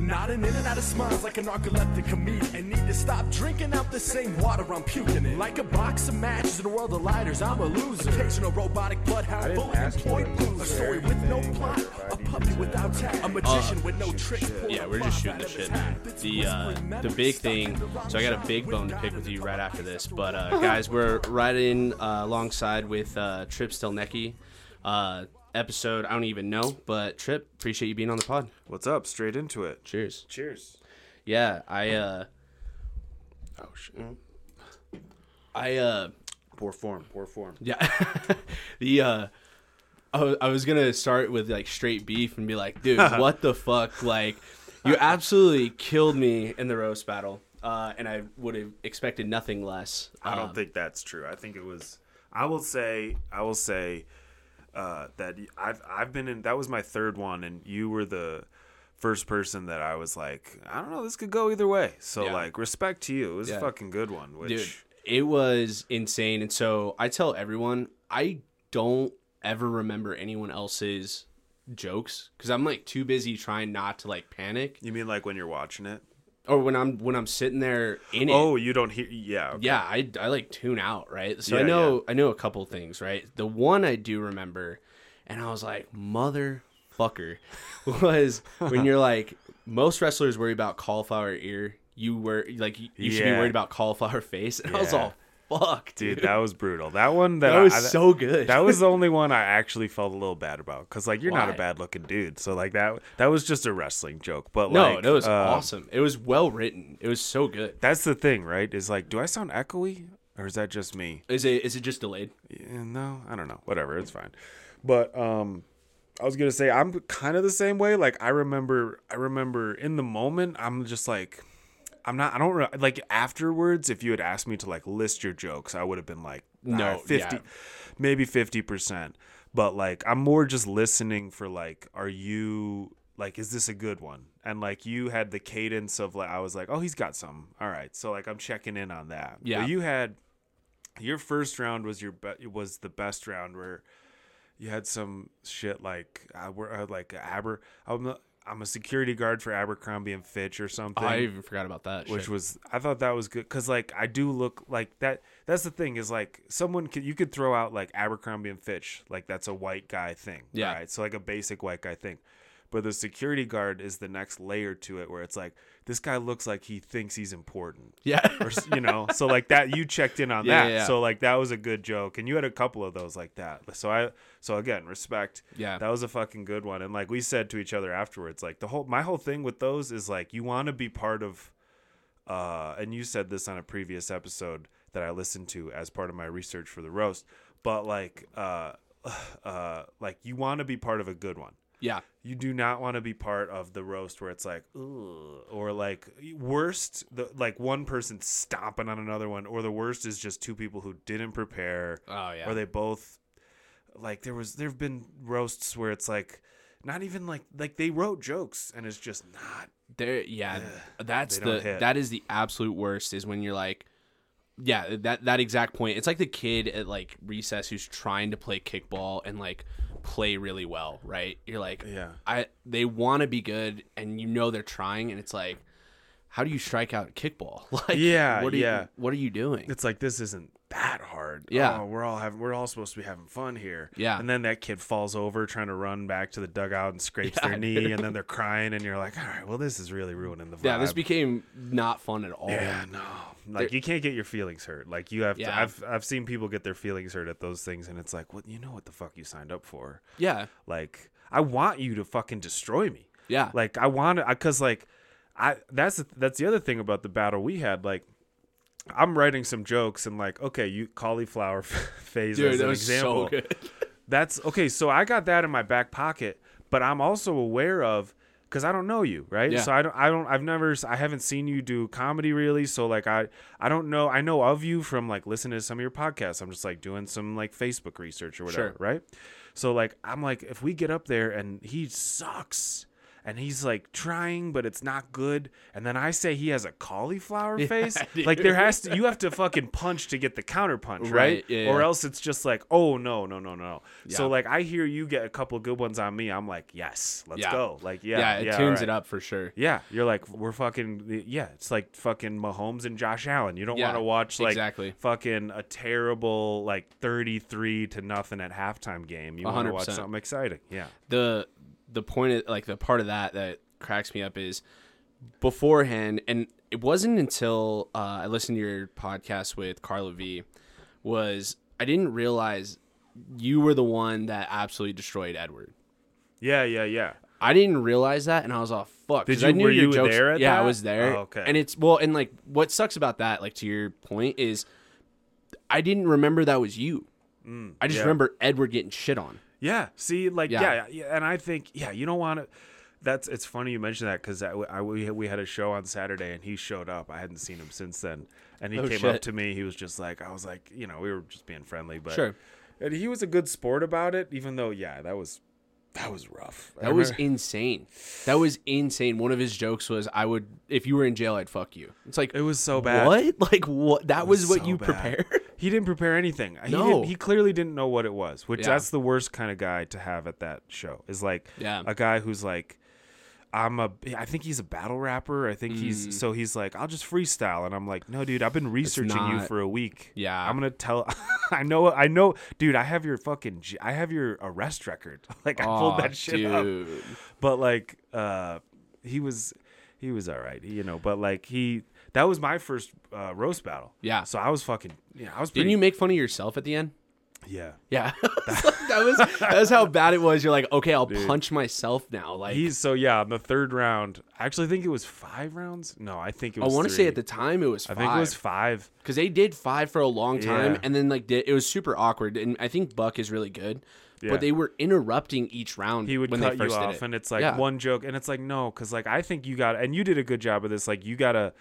nodding in and out of smiles like a narcoleptic comedian. Need to stop drinking out the same water I'm puking in. Like a box of matches in a world of lighters, I'm a loser. Occasional robotic bloodhound didn't bully ask you employed to blues. A story with no everything, plot, like, if I a need puppy to without tact, a magician with no tricks. Uh, Yeah, we're just shooting the shit. The uh, the big thing. So I got a big bone to pick with you right after this, but uh, guys, we're right in uh, alongside with uh, Trip Stelnecki. Uh, episode I don't even know, but Trip, appreciate you being on the pod. What's up? Straight into it. Cheers. Cheers. Yeah, I. uh Oh shit. I uh Poor form. Poor form. yeah the uh. I was- I was gonna start with like straight beef and be like, dude, what the fuck? Like, you absolutely killed me in the roast battle, uh, and I would have expected nothing less. I don't Um, think that's true. I think it was. I will say. I will say uh, that y- I've I've been in. That was my third one, and you were the first person that I was like, I don't know. This could go either way. So Yeah. like, respect to you. It was Yeah. a fucking good one. Which dude it was insane and so i tell everyone i don't ever remember anyone else's jokes because i'm like too busy trying not to like panic you mean like when you're watching it? or when i'm when i'm sitting there in it Oh, you don't hear. Yeah. okay. yeah I, I like tune out right so i Yeah, know i know a couple things right the one i do remember and i was like motherfucker was when you're like most wrestlers worry about cauliflower ear you were like you you should be Yeah. worried about cauliflower face and i was Yeah. all fuck Dude, that was brutal. That one that, That was I, so good. That was the only one I actually felt a little bad about because like you're not Why? a bad looking dude, so like that that was just a wrestling joke. But No, like, that was uh, awesome. It was well written. It was so good. That's the thing, right? Is like, do I sound echoey or is that just me? Is it is it just delayed? Yeah, no, I don't know. Whatever, it's fine. But um, I was gonna say I'm kind of the same way. Like I remember, I remember in the moment, I'm just like, I'm not. I don't re- like afterwards. If you had asked me to like list your jokes, I would have been like, No, no, fifty, yeah. maybe fifty percent. But like, I'm more just listening for like, are you like, is this a good one? And like, you had the cadence of like, I was like, oh, he's got some. All right, so like, I'm checking in on that. Yeah. But you had your first round was your be- was the best round where you had some shit like I were uh, like Aber I'm a, I'm a security guard for Abercrombie and Fitch or something I even forgot about that. which shit. was I thought that was good cuz like I do look like that that's the thing is like someone could you could throw out like Abercrombie and Fitch like that's a white guy thing Yeah. right so like a basic white guy thing but the security guard is the next layer to it where it's like this guy looks like he thinks he's important yeah. or s- you know so like that you checked in on Yeah, that yeah, yeah. so like that was a good joke and you had a couple of those like that so i so again respect Yeah. that was a fucking good one and like we said to each other afterwards like the whole my whole thing with those is like you want to be part of uh and you said this on a previous episode that i listened to as part of my research for the roast but like uh uh like you want to be part of a good one yeah. you do not want to be part of the roast where it's like Ugh, or like worst the like one person stomping on another one or the worst is just two people who didn't prepare Oh, yeah. or they both like there was there've been roasts where it's like not even like like they wrote jokes and it's just not There. Yeah. That's they don't the hit. that is the absolute worst. Is when you're like, yeah, that that exact point. It's like the kid at like recess who's trying to play kickball and like play really well, right? You're like, Yeah. I they want to be good, and you know they're trying, and it's like, how do you strike out kickball? Like, Yeah, what are yeah. You, what are you doing? it's like this isn't that hard. Yeah. Oh, we're all having we're all supposed to be having fun here. Yeah. And then that kid falls over trying to run back to the dugout and scrapes Yeah, their knee and then they're crying and you're like, All right, well this is really ruining the vibe. yeah, this became not fun at all. Yeah, no. Like you can't get your feelings hurt. Like you have Yeah. to I've I've seen people get their feelings hurt at those things and it's like, Well, you know what the fuck you signed up for. Yeah. Like I want you to fucking destroy me. Yeah. Like I want to, because like I that's the- that's the other thing about the battle we had. Like I'm writing some jokes and like okay, you cauliflower phase Dude, as that an was example. so good. That's okay. So I got that in my back pocket, but I'm also aware of because I don't know you, right? Yeah. So I don't, I don't, I've never, s- I haven't seen you do comedy really. So like I, I don't know. I know of you from like listening to some of your podcasts. I'm just like doing some like Facebook research or whatever, Sure. right? So like I'm like, if we get up there and he sucks. and he's like trying, but it's not good. And then I say he has a cauliflower face. dude. Like there has to you have to fucking punch to get the counter punch, right? Right, yeah, Or yeah. else it's just like, oh no, no, no, no. So Yeah. like I hear you get a couple good ones on me, I'm like, yes, let's Yeah. go. Like yeah, yeah, yeah, it tunes alright. it up for sure. Yeah, you're like we're fucking yeah. It's like fucking Mahomes and Josh Allen. You don't Yeah, want to watch like exactly. fucking a terrible like 33 to nothing at halftime game. You want to watch 100%. something exciting. Yeah, the the point of, like the part of that that cracks me up is beforehand and it wasn't until uh, i listened to your podcast with carla v was i didn't realize you were the one that absolutely destroyed edward yeah, yeah, yeah. I didn't realize that, and I was all fuck. 'cause Did you- I knew were your you jokes. there at yeah, I that? was there. Oh, okay. And it's well, and like what sucks about that, like to your point, is I didn't remember that was you. I just Mm, yeah. remember Edward getting shit on. Yeah. See, like, Yeah. yeah. yeah, and I think, yeah, you don't want to. That's it's funny you mentioned that because I, I- we we had a show on Saturday and he showed up. I hadn't seen him since then, and he Oh, came shit. up to me. He was just like, I was like, you know, we were just being friendly, but Sure. And he was a good sport about it, even though, yeah, that was that was rough. I That was remember- insane. That was insane. One of his jokes was, "I would, if you were in jail, I'd fuck you." It's like it was so bad. What? Like what? That was, was what so you bad. prepared. He didn't prepare anything. He, No. didn't- he clearly didn't know what it was, which Yeah. that's the worst kind of guy to have at that show. Is like Yeah. a guy who's like, I'm a. I think he's a battle rapper. I think Mm. he's so he's like, I'll just freestyle, and I'm like, no, dude, I've been researching you not- for a week. Yeah. I'm gonna tell. I know. I know, dude. I have your fucking. j- I have your arrest record. Like I Aw, pulled that shit up dude. but like uh he was he was all right you know but like he that was my first uh roast battle Yeah. so i was fucking yeah i was pretty Didn't you make fun of yourself at the end? yeah Yeah, that was that was how bad it was. You're like, okay, I'll punch myself now. Like he's so yeah in the third round i actually think it was five rounds no i think it I was want to say at three. the time it was i five. think it was five because they did five for a long time, Yeah. and then like did, it was super awkward. And I think Buck is really good, Yeah. but they were interrupting each round. he would when cut they you first did off it. and it's like Yeah. one joke and it's like no because like i think you got and you did a good job of this like you gotta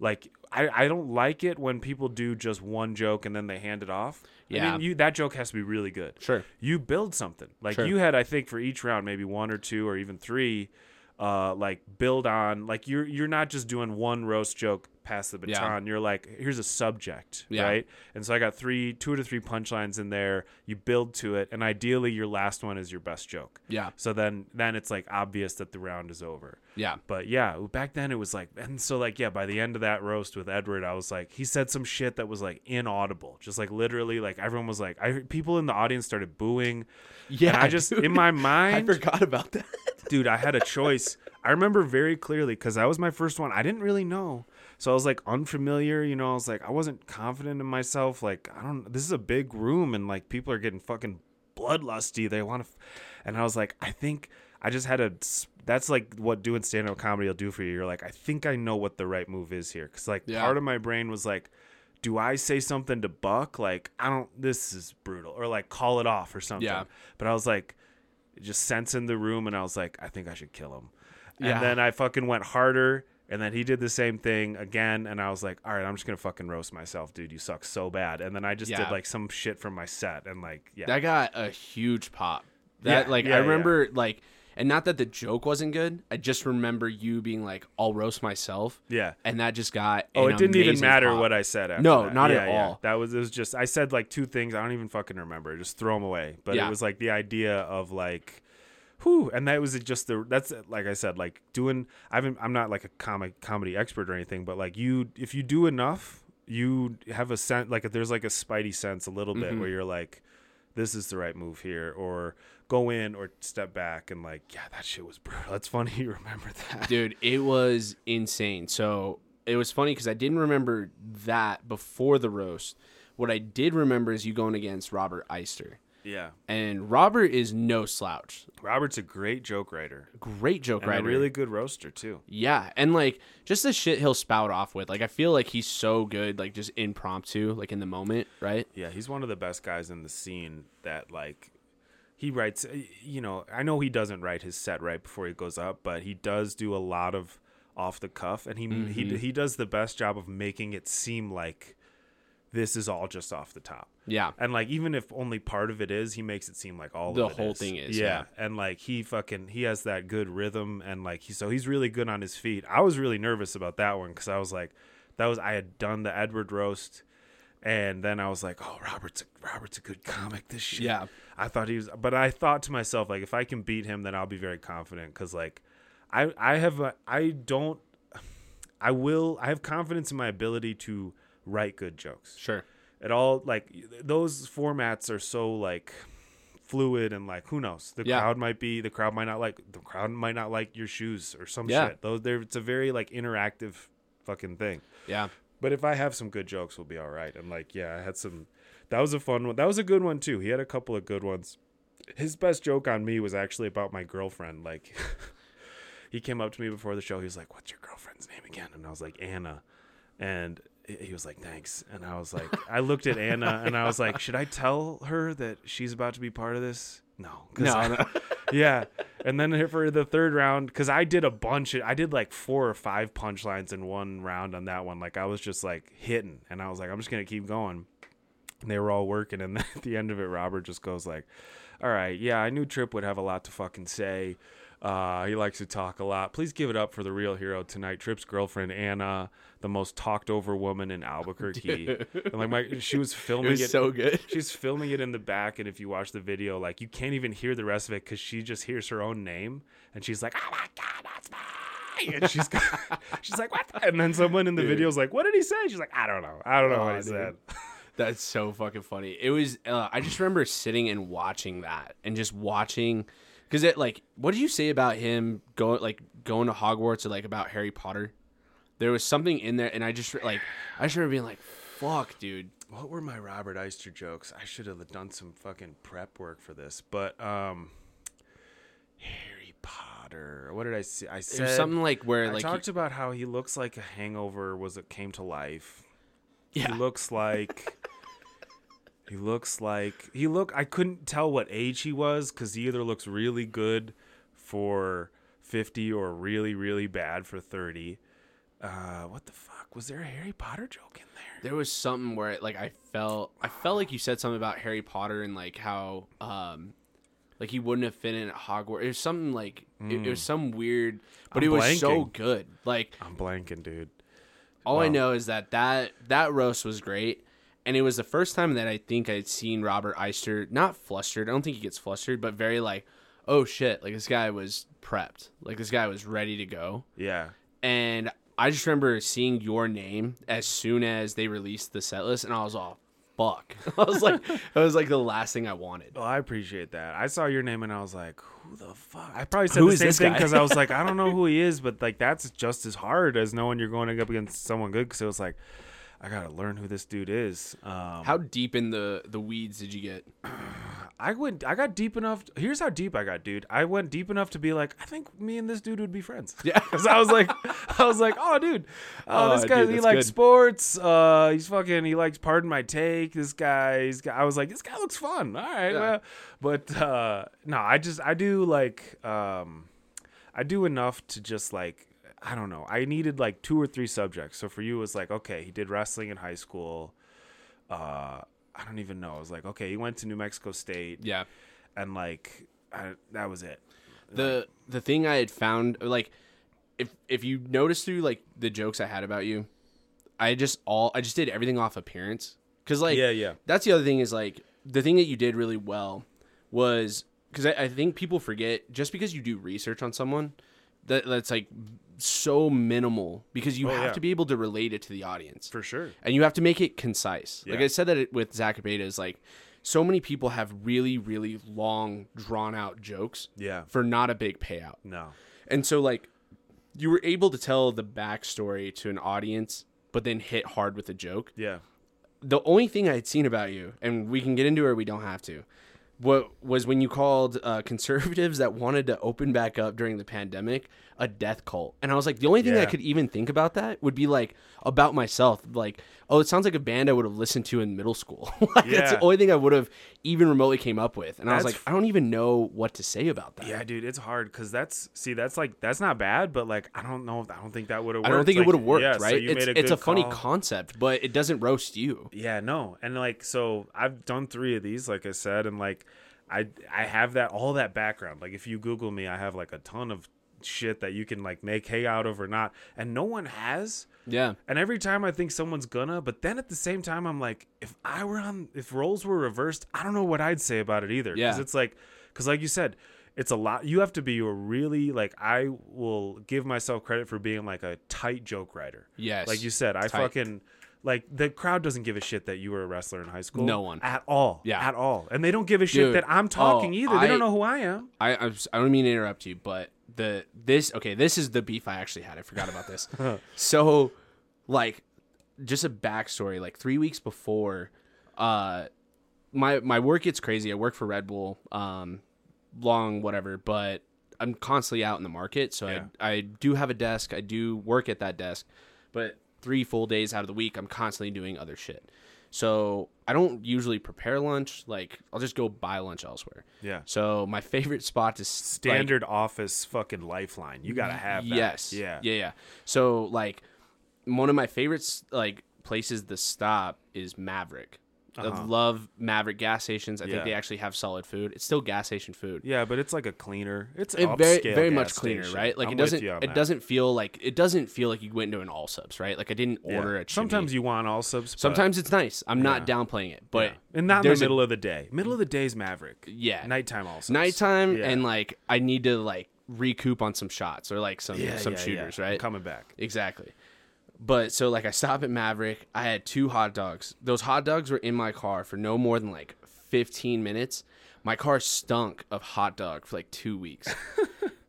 like I, I don't like it when people do just one joke and then they hand it off. I Yeah. mean, you that joke has to be really good. Sure. You build something. Like Sure. you had, I think, for each round, maybe one or two or even three, uh, like build on like you're you're not just doing one roast joke past the Yeah. baton. You're like, here's a subject. Yeah. Right. And so I got three two to three punchlines in there. You build to it, and ideally your last one is your best joke. Yeah. So then then it's like obvious that the round is over. Yeah. But yeah, back then it was like and so like yeah, by the end of that roast with Edward, I was like he said some shit that was like inaudible. Just like literally like everyone was like I people in the audience started booing. Yeah, And I just dude. in my I mind forgot about that. dude, I had a choice. I remember very clearly because that was my first one. I didn't really know. So I was like unfamiliar, you know, I was like, I wasn't confident in myself. Like, I don't, this is a big room and like people are getting fucking bloodlusty. They want to, and I was like, I think I just had a, s- that's like what doing stand up comedy will do for you. You're like, I think I know what the right move is here. Cause like Yeah. part of my brain was like, do I say something to Buck? Like, I don't, this is brutal. Or like call it off or something. Yeah. But I was like, just sensing the room and I was like, I think I should kill him. And Yeah. then I fucking went harder and then he did the same thing again and I was like, All right, I'm just gonna fucking roast myself, dude. You suck so bad. And then I just Yeah. did like some shit from my set and like yeah. that got a huge pop. That Yeah, like yeah, I remember like and not that the joke wasn't good. I just remember you being like, "I'll roast myself." Yeah. and that just got. Oh, an it didn't even amazing matter pop. what I said. After No, that. not Yeah, at yeah. all. That was it was just I said like two things. I don't even fucking remember. Just throw them away. But Yeah. it was like the idea of like, whew, and that was just the that's like I said like doing. I've been, I'm not like a comic comedy expert or anything, but like you, if you do enough, you have a sense like there's like a spidey sense a little Mm-hmm. bit where you're like, this is the right move here, or go in or step back and like yeah, that shit was brutal. It's funny you remember that. dude it was insane so it was funny because i didn't remember that before the roast what i did remember is you going against robert eister Yeah, and robert is no slouch Robert's a great joke writer. great joke And writer a really good roaster too. yeah and like just the shit he'll spout off with like i feel like he's so good like just impromptu like in the moment right Yeah, he's one of the best guys in the scene that like he writes eh, you know, I know he doesn't write his set right before he goes up, but he does do a lot of off the cuff and he he he does the best job of making it seem like this is all just off the top. Yeah. And like even if only part of it is, he makes it seem like all The of it whole thing is, yeah. And like he fucking he has that good rhythm and like he so he's really good on his feet. I was really nervous about that one cuz I was like that was I had done the Edward roast and then I was like, "Oh, Robert's a, Robert's a good comic this shit." Yeah. I thought he was but I thought to myself like if I can beat him then I'll be very confident cuz like I I have a, I don't I will I have confidence in my ability to write good jokes Sure. at all like those formats are so like fluid and like who knows the Yeah. crowd might be the crowd might not like the crowd might not like your shoes or some Yeah. shit those there it's a very like interactive fucking thing Yeah. but if i have some good jokes we'll be all right i'm like yeah i had some that was a fun one that was a good one too he had a couple of good ones his best joke on me was actually about my girlfriend like he came up to me before the show he was like what's your girlfriend's name again and i was like anna and he he was like thanks and i was like i looked at anna and i was like should i tell her that she's about to be part of this no 'cause No, I- no. yeah and then here for the third round because i did a bunch of, i did like four or five punchlines in one round on that one like i was just like hitting and i was like i'm just gonna keep going and they were all working and then at the end of it robert just goes like all right yeah i knew trip would have a lot to fucking say uh, he likes to talk a lot please give it up for the real hero tonight trip's girlfriend anna the most talked over woman in albuquerque and like my she was filming Oh, It was so good. she's filming it in the back and if you watch the video like you can't even hear the rest of it because she just hears her own name and she's like oh my god that's me and she's she's like what the-" and then someone in the video's like what did he say she's like i don't know i don't know what Aw, he dude. said That's so fucking funny. It was. Uh, I just remember sitting and watching that, and just watching, because it like, what did you say about him going like going to Hogwarts or like about Harry Potter? There was something in there, and I just re- like, I just remember being like, "Fuck, dude." what were my robert eister jokes i should have done some fucking prep work for this but um harry potter what did i see i There's said something like where I like, talked about how he looks like a hangover was it came to life he- He yeah, looks like he looks like he look I couldn't tell what age he was cuz he either looks really good for 50 or really really bad for 30. Uh what the fuck? Was there a Harry Potter joke in there? there was something where like I felt, I felt like you said something about Harry Potter and like how, um, like he wouldn't have fit in at Hogwarts. It was something like it, it was some weird, but Mm. I'm it was so blanking. good. Like I'm blanking, dude. All I know is that, that that roast was great. And it was the first time that I think I'd seen Robert Eister not flustered. I don't think he gets flustered, but very like, oh shit, like this guy was prepped. Like this guy was ready to go. Yeah. And I just remember seeing your name as soon as they released the set list and I was all fuck. I was like that was like the last thing I wanted. Well, Oh, I appreciate that. I saw your name and I was like, "Who the fuck?" I probably said Who the is same this thing guy? because I was like, "I don't know who he is," but like that's just as hard as knowing you're going up against someone good. Because it was like, I gotta learn who this dude is. Um, How deep in the the weeds did you get? I went. I got deep enough. Here's how deep I got, dude. I went deep enough to be like, I think me and this dude would be friends. Yeah. 'Cause I was like, I was like, oh, dude, oh, Oh, this guy, dude, he that's likes good. sports. Uh, he's fucking. He likes. Pardon my take. This guy. He's. got- I was like, this guy looks fun. All right. Well, but uh, no, I just I do like um, I do enough to just like I don't know. I needed like two or three subjects. So for you, it was like, okay, he did wrestling in high school. Uh, I don't even know. I was like, okay, he went to New Mexico State Yeah. and like I, that was it. the the thing I had found like if if you notice through like the jokes I had about you, I just all I just did everything off appearance because like Yeah, yeah. that's the other thing is like the thing that you did really well was because I, I think people forget just because you do research on someone that that's like so minimal because you have Oh, yeah. to be able to relate it to the audience For sure. and you have to make it concise. Like Yeah. I said that it, with Zach Abeda is like so many people have really really long drawn out jokes Yeah. for not a big payout. No. And so like you were able to tell the backstory to an audience but then hit hard with a joke. Yeah. The only thing I had seen about you and we can get into it or we don't have to what was when you called uh, conservatives that wanted to open back up during the pandemic a death cult. And I was like, the only thing I Yeah. could even think about that would be like about myself. Like, oh, it sounds like a band I would have listened to in middle school. like, That's the Yeah. only thing I would have even remotely came up with. And I was That's like, I don't even know what to say about that. Yeah, dude, it's hard because that's see, that's like that's not bad, but like I don't know, if- I don't think that would have. I don't think it would have worked, yeah, so right? you it's made it's a good funny call. concept, but it doesn't roast you. Yeah, no, and like so, I've done three of these, like I said, and like I I have that all that background. Like if you Google me, I have like a ton of shit that you can like make hay out of or not, and no one has. Yeah. And every time I think someone's gonna, but then at the same time, I'm like, if I were on, if roles were reversed, I don't know what I'd say about it either. Yeah. it's like, because like you said, it's a lot. You have to be a really like I will give myself credit for being like a tight joke writer. Yes. Like you said, I Tight. fucking like the crowd doesn't give a shit that you were a wrestler in high school. No one. at all. Yeah. at all, and they don't give a shit Dude, that I'm talking oh, either. They I- don't know who I am. I I'm, s- I don't mean to interrupt you, but the this okay, this is the beef I actually had. I forgot about this. so, like, just a backstory. Like three weeks before, uh, my my work gets crazy. I work for Red Bull, um, long whatever, but I'm constantly out in the market. So Yeah. I I do have a desk. I do work at that desk, but three full days out of the week, I'm constantly doing other shit. So I don't usually prepare lunch. Like I'll just go buy lunch elsewhere. Yeah. So my favorite spot to s- like- Standard office fucking lifeline. You gotta have that. yes. Yeah. Yeah. Yeah. So like one of my favorites like places to stop is Maverick. I love Maverick gas stations. I think Uh-huh. Yeah. they actually have solid food. It's still gas station food. Yeah, but it's like a cleaner. It's It very upscale very gas much cleaner, station. right? Like I'm it with doesn't you on it that. doesn't feel like it doesn't feel like you went to an all subs, right? Like I didn't order Yeah. a chimney. Sometimes you want all subs. but- sometimes it's nice. I'm not downplaying it, but yeah. and not in the there's a- middle of the day. Middle of the day's Maverick. Yeah. nighttime also. nighttime Yeah. and like I need to like recoup on some shots or like some yeah, some yeah, yeah. shooters, I'm right? coming back. Exactly. But so like I stopped at Maverick, I had two hot dogs. Those hot dogs were in my car for no more than like 15 minutes. My car stunk of hot dog for like 2 weeks.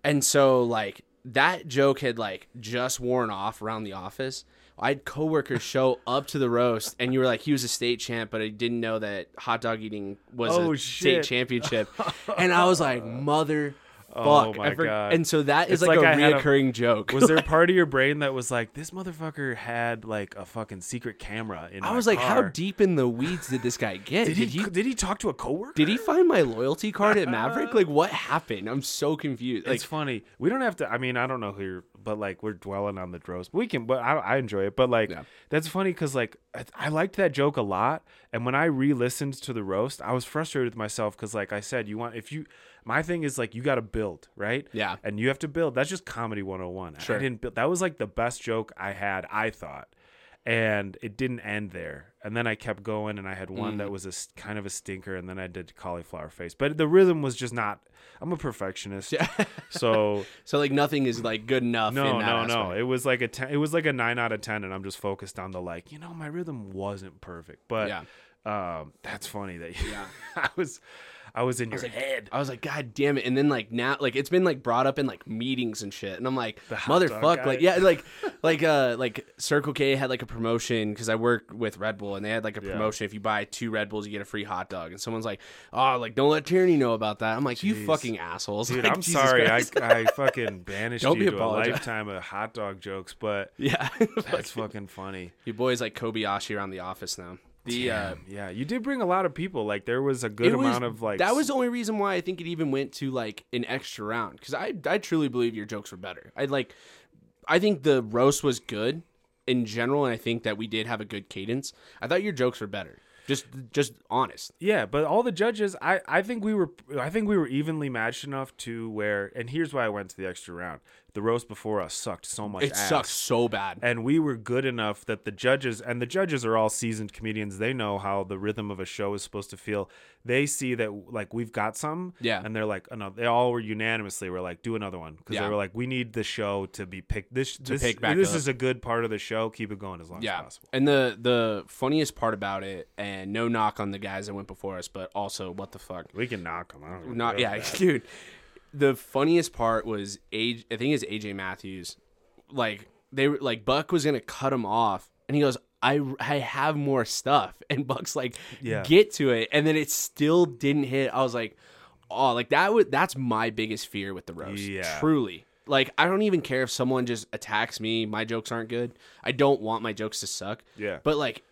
and so like that joke had like just worn off around the office. I had coworkers show up to the roast and you were like he was a state champ but I didn't know that hot dog eating was Oh, a state shit. championship. and I was like mother Oh fuck. my I forg- God. And so that is It's like, like a I had a- reoccurring joke. Was there a part of your brain that was like, this motherfucker had like a fucking secret camera in? I my was like, how car. deep in the weeds did this guy get? did he, did he talk to a coworker? did he find my loyalty card at Maverick? Like what happened? I'm so confused. Like it's funny. We don't have to. I mean, I don't know who you're, but like we're dwelling on the dross. But we can. But I, I enjoy it. But like Yeah. that's funny because like I, I liked that joke a lot. And when I re-listened to the roast, I was frustrated with myself because like I said, you want if you. My thing is like you got to build, right? Yeah. And you have to build. That's just comedy 101. Sure. I didn't build. That was like the best joke I had. I thought. And it didn't end there. And then I kept going, and I had one Mm. that was a s- kind of a stinker, and then I did cauliflower face. But the rhythm was just not. I'm a perfectionist, so so like nothing is like good enough. no, in that no, no. aspect. It was like a ten, it was like a nine out of ten, and I'm just focused on the like, you know, my rhythm wasn't perfect, but Yeah. um, that's funny that you, I was, I was in your head. I was like, God damn it! And then like now, like it's been like brought up in like meetings and shit, and I'm like, hot dog motherfuck, guy. like yeah, like like uh like Circle K had like a promotion because I work with Red Bull, and they had like a promotion if you buy two Red Bulls, you get a free hot dog, and someone's like, oh, like don't let Tierney know about that. I'm like, you fucking assholes, Dude, Like, I'm Jesus sorry, I, Christ. I fucking banished Don't you be to a apologetic. lifetime of hot dog jokes, but yeah, that's fucking funny. Your boy's like Kobayashi around the office now. The uh, Yeah, you did bring a lot of people. Like there was a it good was- amount of like that was the only reason why I think it even went to like an extra round because I I truly believe your jokes were better. I like I think the roast was good in general, and I think that we did have a good cadence. I thought your jokes were better, just just honest. Yeah, but all the judges, I, I think we were I think we were evenly matched enough to where and here's why I went to the extra round. The roast before us sucked so much It ass. sucks so bad. And we were good enough that the judges and the judges are all seasoned comedians. They know how the rhythm of a show is supposed to feel. They see that like we've got some. Yeah. And they're like another they all were unanimously were like, do another one. Because Yeah. they were like, we need the show to be picked this this, pick back this up. is a good part of the show. Keep it going as long yeah, as possible. and the the funniest part about it, and no knock on the guys that went before us, but also what the fuck, We can knock them out. not yeah, dude. The funniest part was AJ, I think it's AJ Matthews. Like they were like Buck was gonna cut him off, and he goes, I I have more stuff. And Buck's like, Yeah. get to it. And then it still didn't hit. I was like, oh, like that would that's my biggest fear with the roast. Yeah. Truly. Like I don't even care if someone just attacks me, my jokes aren't good. I don't want my jokes to suck. Yeah. But like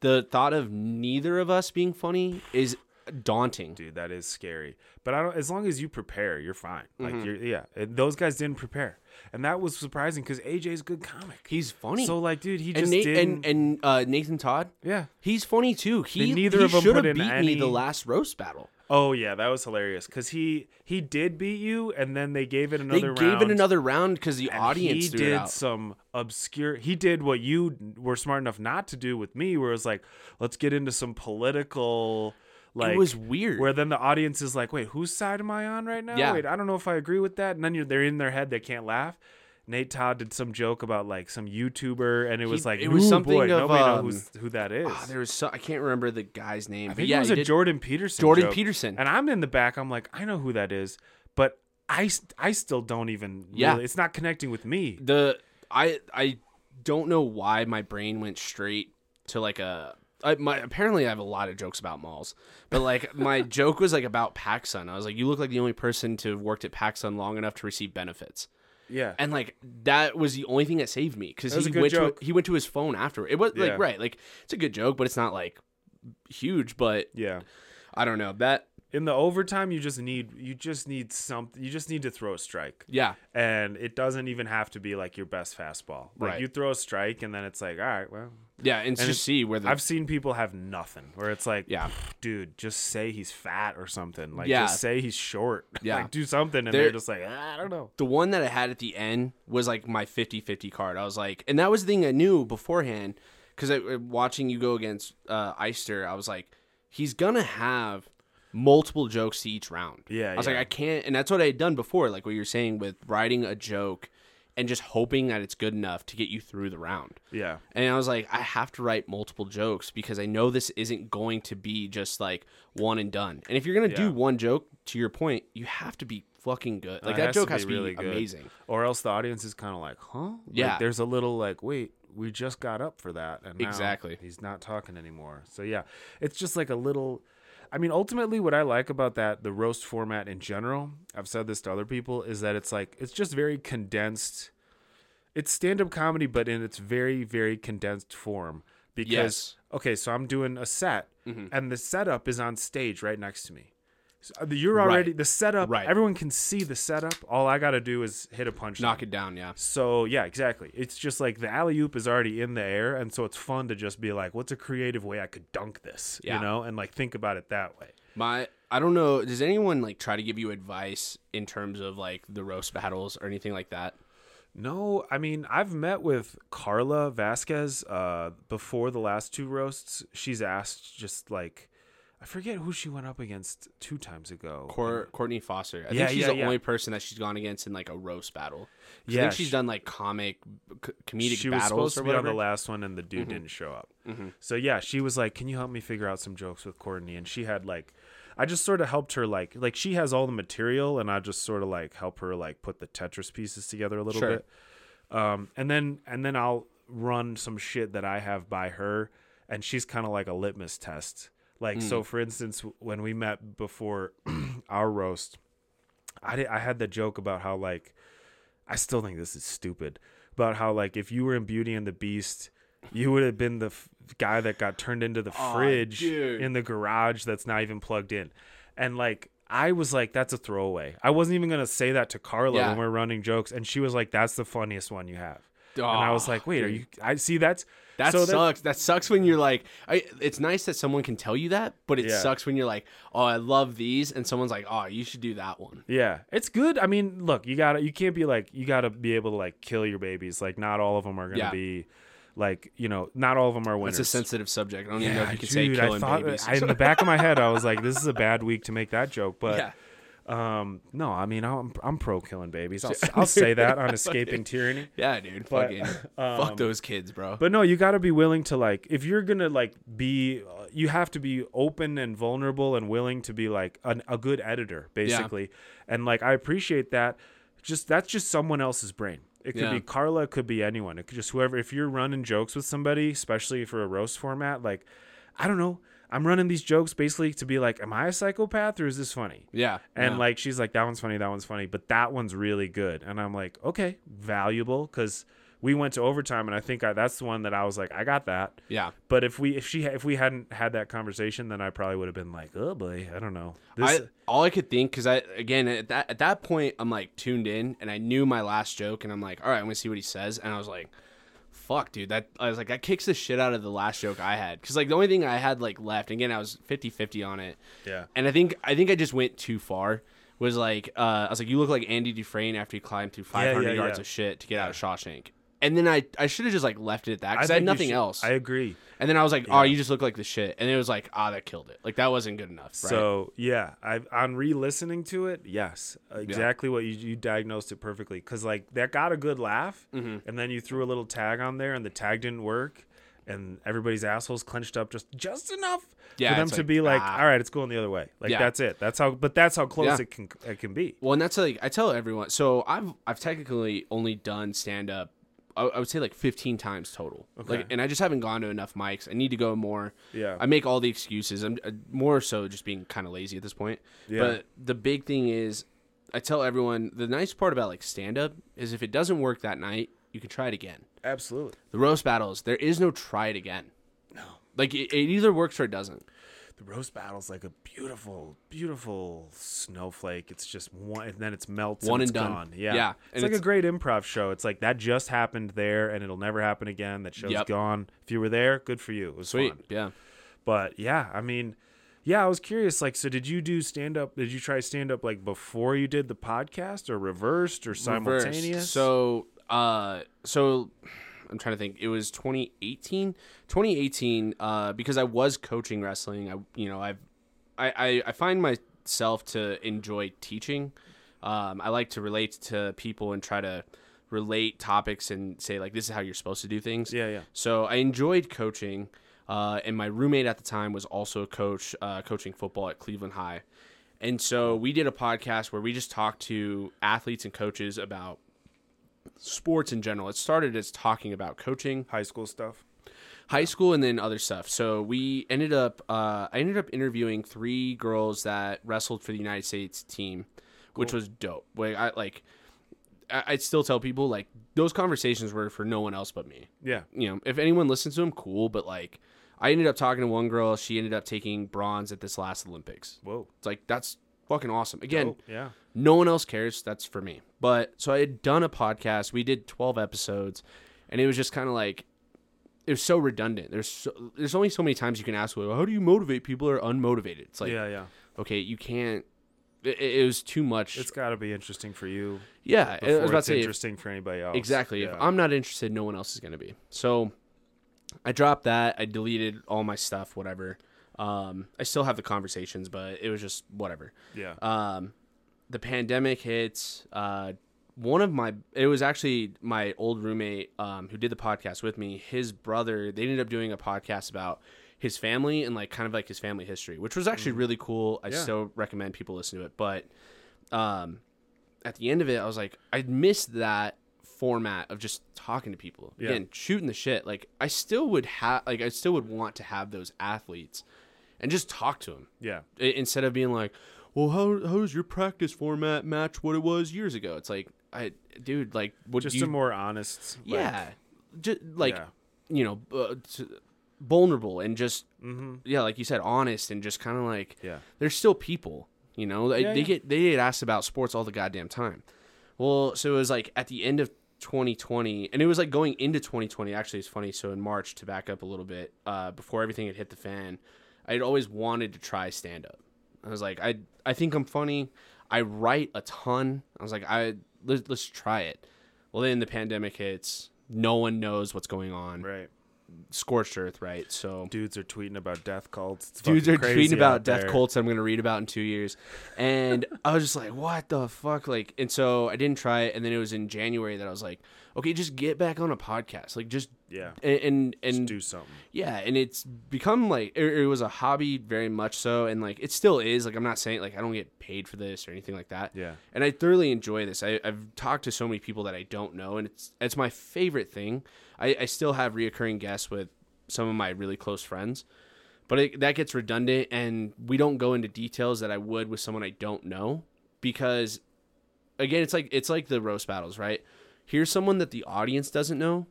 the thought of neither of us being funny is daunting. dude that is scary but i don't as long as you prepare you're fine Mm-hmm. like you're yeah and those guys didn't prepare and that was surprising because aj's a good comic He's funny. so like dude he and, just Na- didn't and and uh, Nathan Todd, yeah he's funny too. He Then neither he of 'em should put have in beat me any- the last roast battle. oh yeah that was hilarious because he he did beat you and then they gave it They another gave round, it another round because the and audience he threw did it out. some obscure he did what you were smart enough not to do with me where it was like let's get into some political like was weird. where then the audience is like wait whose side am i on right now Yeah. wait i don't know if i agree with that and then you're, they're in their head they can't laugh Nate Todd did some joke about like some YouTuber, and it was like it was "Ooh, something boy, of, nobody um, knows who's- who that is. Ah, there was so, I can't remember the guy's name, I but think yeah, it was he a did- Jordan Peterson. Jordan joke. Peterson. And I'm in the back. I'm like, I know who that is, but I st- I still don't even. Yeah. really- it's not connecting with me. the I I don't know why my brain went straight to like a. I, my, apparently, I have a lot of jokes about malls, but like my joke was like about PacSun. I was like, "You look like the only person to have worked at PacSun long enough to receive benefits." Yeah, and like that was the only thing that saved me because That was he a good went joke. to he went to his phone after it was Yeah. like right like it's a good joke but it's not like huge but yeah. I don't know that In the overtime, you just need you just need something. You just need to throw a strike. yeah And it doesn't even have to be like your best fastball. Like Right. you throw a strike, and then it's like, all right, well, yeah and, it's- just see where the I've seen people have nothing where it's like, Yeah. dude, just say he's fat or something. Like, Yeah. just say he's short. Yeah. like, do something, and There- they're just like, "Ah, I don't know. the one that I had at the end was like my 50-50 card I was like and that was the thing I knew beforehand because I uh, watching you go against uh Eister I was like he's gonna have multiple jokes to each round Yeah, I was yeah. like I can't and that's what I had done before like what you're saying with writing a joke and just hoping that it's good enough to get you through the round Yeah. And I was like, I have to write multiple jokes because I know this isn't going to be just like one and done. And if you're gonna Yeah. do one joke, to your point, you have to be fucking good. Like It that has joke has to be really good. amazing. Or else the audience is kind of like, huh? Like, Yeah. there's a little like, wait, we just got up for that. And now Exactly. He's not talking anymore. So, yeah, it's just like a little. I mean, ultimately, what I like about that, the roast format in general, I've said this to other people, is that it's like, it's just very condensed. It's stand up comedy, but in its very, very condensed form. Because, Yes. Mm-hmm. okay, so I'm doing a set, and the setup is on stage right next to me. So uh, you're already, the setup, Right. everyone can see the setup. All I got to do is hit a punch. Knock it down, yeah. So yeah, exactly. It's just like the alley oop is already in the air, and so it's fun to just be like, "What's a creative way I could dunk this?" Yeah. You know, and like think about it that way. My I don't know, does anyone like try to give you advice in terms of like the roast battles or anything like that? No, I mean I've met with Carla Vasquez uh, before the last two roasts. She's asked just like, I forget who she went up against two times ago. Cor- Courtney Foster. I Yeah, think she's yeah, the yeah. only person that she's gone against in like a roast battle. 'Cause I Yeah, think she's she- done like comic c- comedic she was battles supposed or to be on whatever. Mm-hmm. the last one and the dude didn't show up so yeah she was like can you help me figure out some jokes with courtney and she had like i just sort of helped her like like she has all the material and i just sort of like help her like put the tetris pieces together a little Sure. bit um and then and then i'll run some shit that i have by her and she's kind of like a litmus test like Mm. so for instance when we met before our roast I did, I had the joke about how like I still think this is stupid about how like if you were in Beauty and the Beast, you would have been the f- guy that got turned into the fridge dude. in the garage that's not even plugged in, and like. I was like, that's a throwaway. I wasn't even gonna say that to Carla Yeah. when we are running jokes, and she was like, "That's the funniest one you have." and I Aw, was like, "Wait, are you?" I see that's That so sucks. That sucks when you're like, I, it's nice that someone can tell you that, but it Yeah. sucks when you're like, oh, I love these, and someone's like, oh, you should do that one. Yeah, it's good. I mean, look, you gotta, you can't be like, you gotta be able to like kill your babies. Like, not all of them are gonna Yeah. be, like, you know, not all of them are It's winners. Ah, a sensitive subject. I don't even know if you can say Dude, I killing thought babies. I, in the back of my head, I was like, this is a bad week to make that joke, but. yeah, Um, no, I mean, I'm I'm pro killing babies. I'll, I'll say that on escaping tyranny. yeah, dude. But, um, fucking fuck those kids, bro. But no, you got to be willing to like if you're going to like be uh, you have to be open and vulnerable and willing to be like an, a good editor basically. And like I appreciate that just that's just someone else's brain. It could Yeah. be Carla, it could be anyone. It could just whoever. If you're running jokes with somebody, especially for a roast format, like I don't know, I'm running these jokes basically to be like, am I a psychopath or is this funny? Yeah. And yeah. like she's like, that one's funny, that one's funny, but that one's really good. And I'm like, okay, valuable because we went to overtime, and I think I, that's the one that I was like, I got that. Yeah. But if we if she if we hadn't had that conversation, then I probably would have been like, oh boy, I don't know. This I, all I could think because I again at that at that point I'm like tuned in and I knew my last joke and I'm like all right I'm gonna see what he says and I was like fuck dude that I was like that kicks the shit out of the last joke I had because like the only thing I had like left and again I was 50-50 on it Yeah. and I think I think I just went too far was like uh, I was like you look like Andy Dufresne after you climbed through 500 yeah, yards yeah. of shit to get out of Shawshank and then I I should have just like left it at that because I, think had you nothing should- else I agree. and then I was like oh you just look like the shit and it was like ah that killed it like that wasn't good enough right? So yeah, I on re-listening to it, yes, exactly what you you diagnosed it perfectly. Cause like that got a good laugh, Mm-hmm. and then you threw a little tag on there, and the tag didn't work, and everybody's assholes clenched up just just enough Yeah, for them it's to like, be like, ah. all right, it's going the other way. Like Yeah. that's it. That's how. But that's how close Yeah. it can it can be. Well, and that's like I tell everyone. So I've I've technically only done stand up. I, I would say like 15 times total. Like, and I just haven't gone to enough mics. I need to go more. Yeah. I make all the excuses. I'm uh, more so just being kind of lazy at this point. Yeah. But the big thing is, I tell everyone the nice part about like stand up is if it doesn't work that night, you can try it again. Absolutely. The roast battles, there is no try it again. No. Like it, it either works or it doesn't. The roast battle's like a beautiful, beautiful snowflake. It's just one, and then it's melts. One and, it's and done. Gone. Yeah, Yeah, It's and like it's- a great improv show. It's like that just happened there, and it'll never happen again. That show's Yep. gone. If you were there, good for you. It was Sweet. fun. Yeah. But yeah, I mean, yeah, I was curious. Like, so did you do stand up? Did you try stand up like before you did the podcast, or reversed, or reversed. simultaneous? So, uh, so I'm trying to think. It was 2018. 2018. Uh, because I was coaching wrestling. I, you know, I've, I, I, I find myself to enjoy teaching. Um, I like to relate to people and try to relate topics and say like, this is how you're supposed to do things. Yeah, yeah. So I enjoyed coaching, uh, and my roommate at the time was also a coach, uh, coaching football at Cleveland High. And so we did a podcast where we just talked to athletes and coaches about sports in general. It started as talking about coaching, high school stuff. high school, and then other stuff. So we ended up, uh, I ended up interviewing three girls that wrestled for the United States team, which was dope. Like, I like, I, I still tell people like those conversations were for no one else but me Yeah. you know, if anyone listens to him, cool. But like, I ended up talking to one girl. She ended up taking bronze at this last Olympics. Whoa. It's like that's fucking awesome. Again, Oh, yeah. no one else cares. That's for me. But so I had done a podcast. We did twelve episodes, and it was just kind of like it was so redundant. There's so, there's only so many times you can ask, well, how do you motivate people who are unmotivated? It's like, yeah, yeah. okay, you can't. It, it was too much. It's got to be interesting for you. yeah, I Before was about to it's say. if- interesting for anybody else. Exactly. Yeah. If I'm not interested, no one else is going to be. So I dropped that. I deleted all my stuff, whatever. Um, I still have the conversations, but it was just whatever. Yeah. Um, the pandemic hits. Uh, one of my, it was actually my old roommate um, who did the podcast with me. His brother, they ended up doing a podcast about his family and like kind of like his family history, which was actually really cool. I still recommend people listen to it. But um, at the end of it, I was like, I missed that format of just talking to people Yeah. again, shooting the shit. Like I still would have, like I still would want to have those athletes and just talk to them yeah. I- instead of being like, well, how how does your practice format match what it was years ago? It's like, I dude, like, what Just do you, a more honest. like- yeah, just like Yeah. you know, uh, t- vulnerable and just yeah, like you said, honest and just kind of like Mm-hmm. Yeah. they're still people. You know, they, Yeah, they yeah. get they get asked about sports all the goddamn time. Well, so it was like at the end of 2020, and it was like going into 2020. Actually, it's funny. So in March, to back up a little bit, uh, before everything had hit the fan, I had always wanted to try stand up. I was like, I I think I'm funny. I write a ton. I was like, I let's, let's try it. Well, then the pandemic hits. No one knows what's going on. Right. Scorched earth, right? So Dudes are tweeting about death cults. It's dudes fucking are crazy tweeting out about death there. cults I'm gonna read about in two years, and I was just like, what the fuck, like, and so I didn't try it, and then it was in January that I was like, okay, just get back on a podcast, like, just Yeah. and and, Just and do something. yeah, and it's become like it, it was a hobby very much so, and like it still is. Like I'm not saying like I don't get paid for this or anything like that. Yeah. and I thoroughly enjoy this. I, I've talked to so many people that I don't know, and it's it's my favorite thing. I, I still have reoccurring guests with some of my really close friends, but it, that gets redundant, and we don't go into details that I would with someone I don't know because again, it's like it's like the roast battles, right? Here's someone that the audience doesn't know.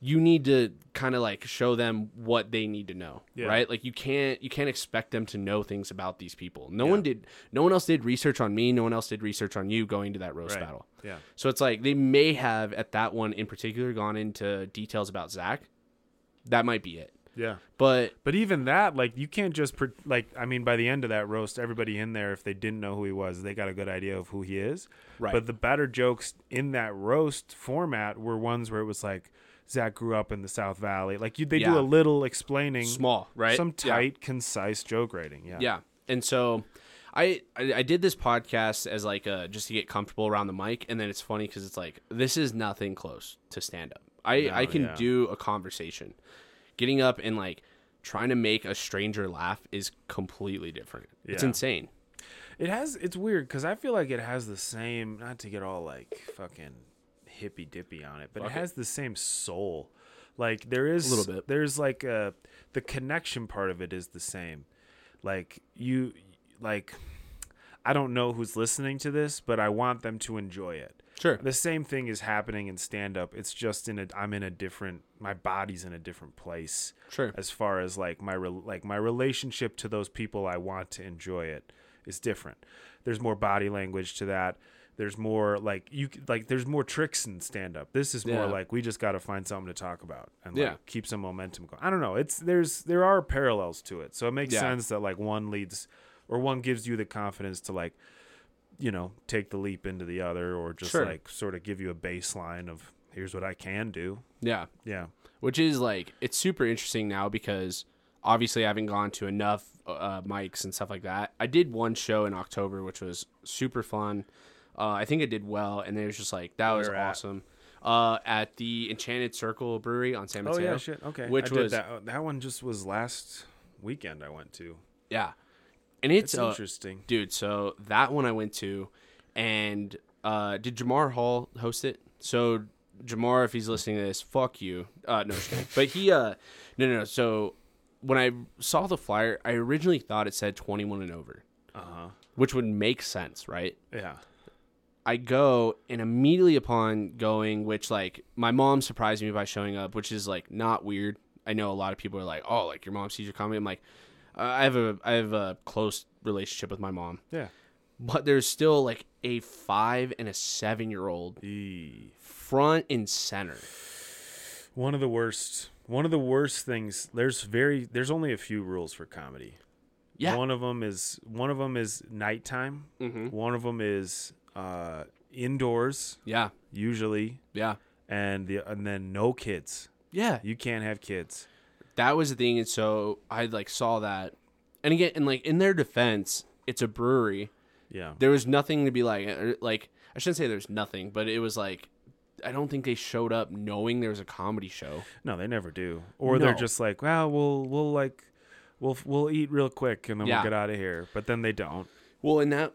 You need to kind of like show them what they need to know, Yeah. right? Like you can't you can't expect them to know things about these people. No one did no one else did research on me, no one else did research on you going to that roast Right. battle. Yeah. So it's like they may have at that one in particular gone into details about Zach. That might be it. Yeah. But But even that, like, you can't just pre- like. I mean, by the end of that roast, everybody in there, if they didn't know who he was, they got a good idea of who he is. Right. But the better jokes in that roast format were ones where it was like Zach grew up in the South Valley. Like, you, they Yeah. do a little explaining, Small, right? Some Yeah. tight, concise joke writing. Yeah. yeah and so I, I i did this podcast as like uh just to get comfortable around the mic and then it's funny because it's like this is nothing close to stand up i i can yeah. do a conversation getting up and like trying to make a stranger laugh is completely different it's Yeah. insane It has. It's weird because I feel like it has the same. Not to get all like fucking hippy dippy on it, but it Fuck it. has the same soul. Like there is A little bit. There's like a the connection part of it is the same. Like you, like I don't know who's listening to this, but I want them to enjoy it. Sure. The same thing is happening in stand up. It's just in a I'm in a different my body's in a different place. Sure. As far as like my re, like my relationship to those people I want to enjoy it is different. There's more body language to that. There's more like you c- like there's more tricks in stand up. This is more Yeah. like we just got to find something to talk about and like Yeah. keep some momentum going. I don't know. It's there's there are parallels to it. So it makes Yeah. sense that like one leads or one gives you the confidence to like you know, take the leap into the other or just Sure. like sort of give you a baseline of here's what I can do. yeah Yeah. which is like it's super interesting now because obviously I haven't gone to enough uh, mics and stuff like that. I did one show in October, which was super fun. Uh, I think I did well, and it was just like that was Where at? awesome. Uh, at the Enchanted Circle Brewery on Oh, San Mateo. Which I did was that oh, that one just was last weekend I went to. yeah, and it's, It's uh, interesting. dude. So that one I went to, and uh, did Jamar Hall host it? So Jamar, if he's listening to this, fuck you. Uh, no, just kidding. but he, uh, no, no, no. So when I saw the flyer, I originally thought it said 21 and over, Uh-huh. which would make sense, right? Yeah. I go and immediately upon going, which like my mom surprised me by showing up, which is like not weird. I know a lot of people are like, "Oh, like your mom sees your comedy." I'm like, I I have a I have a close relationship with my mom Yeah. but there's still like a five and a seven year old E- front and center. One of the worst one of the worst things there's very there's only a few rules for comedy. Yeah. Mm-hmm. One of them is one of them is nighttime. One of them is uh indoors Yeah. usually Yeah. and the and then no kids. Yeah. You can't have kids. That was the thing. And so I like saw that. And again, and like in their defense, it's a brewery. Yeah. There was nothing to be like, er, like, I shouldn't say there's nothing, but it was like, I don't think they showed up knowing there was a comedy show. No, they never do. Or they're No. just like, well, we'll we'll like we'll we'll eat real quick and then Yeah. we'll get out of here. But then they don't. Well, and that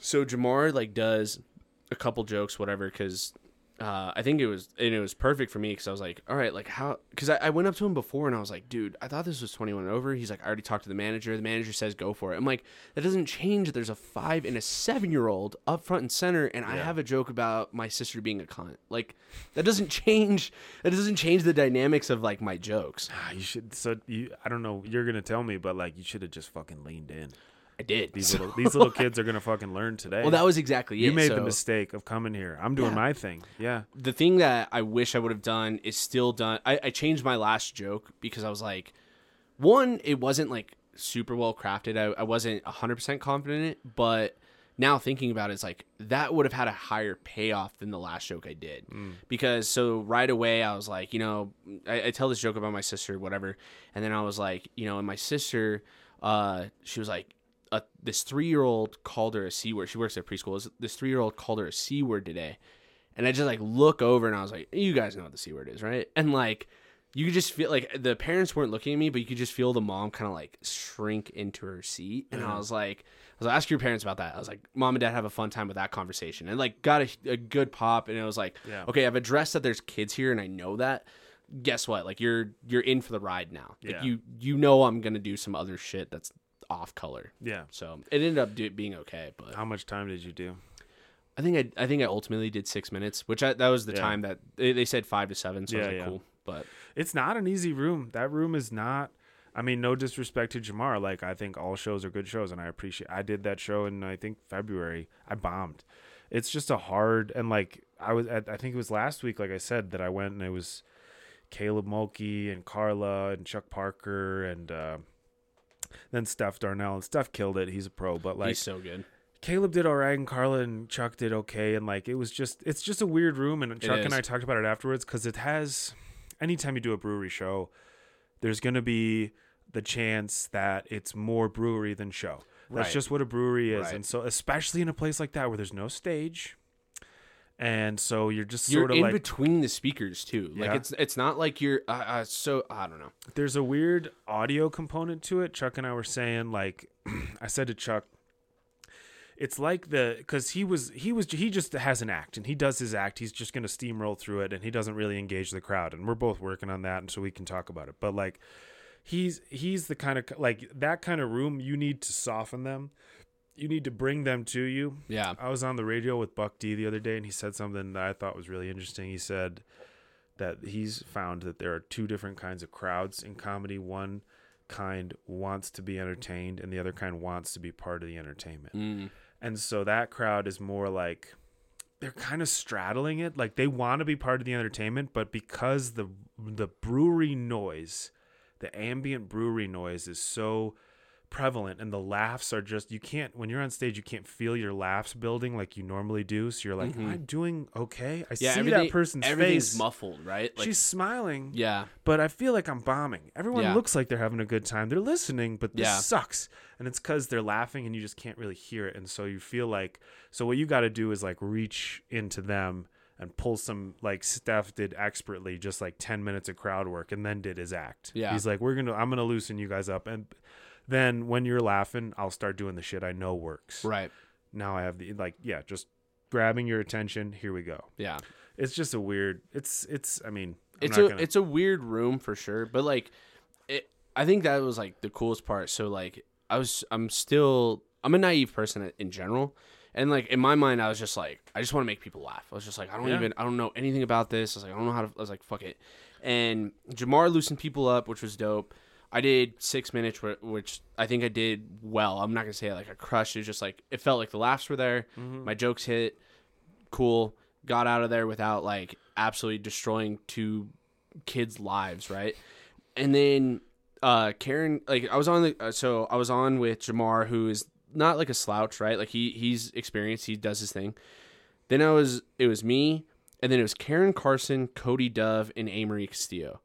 so Jamar like does a couple jokes, whatever, because uh, I think it was and it was perfect for me because I was like, all right, like how? Because I, I went up to him before and I was like, dude, I thought this was twenty one and over. He's like, I already talked to the manager. The manager says go for it. I'm like, that doesn't change. that There's a five and a seven year old up front and center, and I have a joke about my sister being a cunt. Like that doesn't change. That doesn't change the dynamics of like my jokes. Ah, You should. So you, I don't know. You're gonna tell me, but like you should have just fucking leaned in. I did. These So- little these little kids are gonna fucking learn today. well, that was exactly it. you made the so- mistake of coming here. I'm doing Yeah. my thing. Yeah. the thing that I wish I would have done is still done. I, I changed my last joke because I was like, one, it wasn't like super well crafted. I, I wasn't 100% confident in it, but now thinking about it, it's like that would have had a higher payoff than the last joke I did. Because so right away, I was like, you know, I, I tell this joke about my sister, whatever. And then I was like, you know, and my sister, uh, she was like, uh, this three year old called her a C word. She works at preschool. This three year old called her a C word today. And I just like look over and I was like, you guys know what the C word is, right? And like you could just feel like the parents weren't looking at me, but you could just feel the mom kind of like shrink into her seat. And I was like, I was like, ask your parents about that. I was like, mom and dad have a fun time with that conversation, and like got a, a good pop. And it was like, Yeah. okay, I've addressed that there's kids here, and I know that. Guess what? Like you're you're in for the ride now. Like Yeah. you you know I'm gonna do some other shit that's off color. Yeah. So it ended up do- being okay, but How much time did you do? I think I, I think I ultimately did six minutes, which I, that was the Yeah. time that they, they said five to seven. So I was Yeah, like, yeah. cool. But It's not an easy room. That room is not. I mean, no disrespect to Jamar. Like, I think all shows are good shows, and I appreciate. I did that show in I think February. I bombed. It's just a hard and like I was. At, I think it was last week. Like I said, that I went and it was Caleb Mulkey and Carla and Chuck Parker and uh, then Steph Darnell and Steph killed it. He's a pro, but like he's so good. Caleb did all right, and Carla and Chuck did okay, and like it was just it's just a weird room, and Chuck is. and I talked about it afterwards because it has. Anytime you do a brewery show, there's gonna be the chance that it's more brewery than show. That's Right. just what a brewery is, Right. and so especially in a place like that where there's no stage, and so you're just You're sort of in like between the speakers too. Like Yeah. it's it's not like you're uh, uh, so I don't know. there's a weird audio component to it. Chuck and I were saying like I said to Chuck it's like the because he was he was he just has an act and he does his act he's just going to steamroll through it and he doesn't really engage the crowd and we're both working on that and so we can talk about it but like he's he's the kind of like that kind of room you need to soften them you need to bring them to you Yeah. I was on the radio with Buck D the other day, and he said something that I thought was really interesting. He said that he's found that there are two different kinds of crowds in comedy. One kind wants to be entertained, and the other kind wants to be part of the entertainment. And so that crowd is more like they're kind of straddling it. Like they want to be part of the entertainment, but because the the brewery noise, the ambient brewery noise is so prevalent and the laughs are just you can't when you're on stage you can't feel your laughs building like you normally do so you're like am i doing okay i Mm-hmm. Yeah. see everything- that person's everything's face muffled, right? Like she's smiling yeah. but i feel like i'm bombing everyone Yeah. looks like they're having a good time they're listening but this Yeah. sucks and it's because they're laughing and you just can't really hear it and so you feel like so what you got to do is like reach into them and pull some like Steph did expertly, just like ten minutes of crowd work, and then did his act. Yeah. he's like, "We're gonna, I'm gonna loosen you guys up, and then when you're laughing, I'll start doing the shit I know works. Right. Now I have the like, yeah, just grabbing your attention. Here we go. Yeah. It's just a weird. It's it's. I mean, I'm it's not a gonna, it's a weird room for sure but like it, i think that was like the coolest part so like i was i'm still i'm a naive person in general and like in my mind i was just like i just want to make people laugh i was just like i don't Yeah. even i don't know anything about this i was like i don't know how to i was like fuck it and jamar loosened people up which was dope i did six minutes wh- which i think i did well i'm not gonna say like i crushed it just like it felt like the laughs were there Mm-hmm. my jokes hit cool got out of there without like absolutely destroying two kids lives right and then uh karen like i was on the uh, so i was on with jamar who is not like a slouch right like he he's experienced he does his thing then i was it was me and then it was karen carson cody dove and amory castillo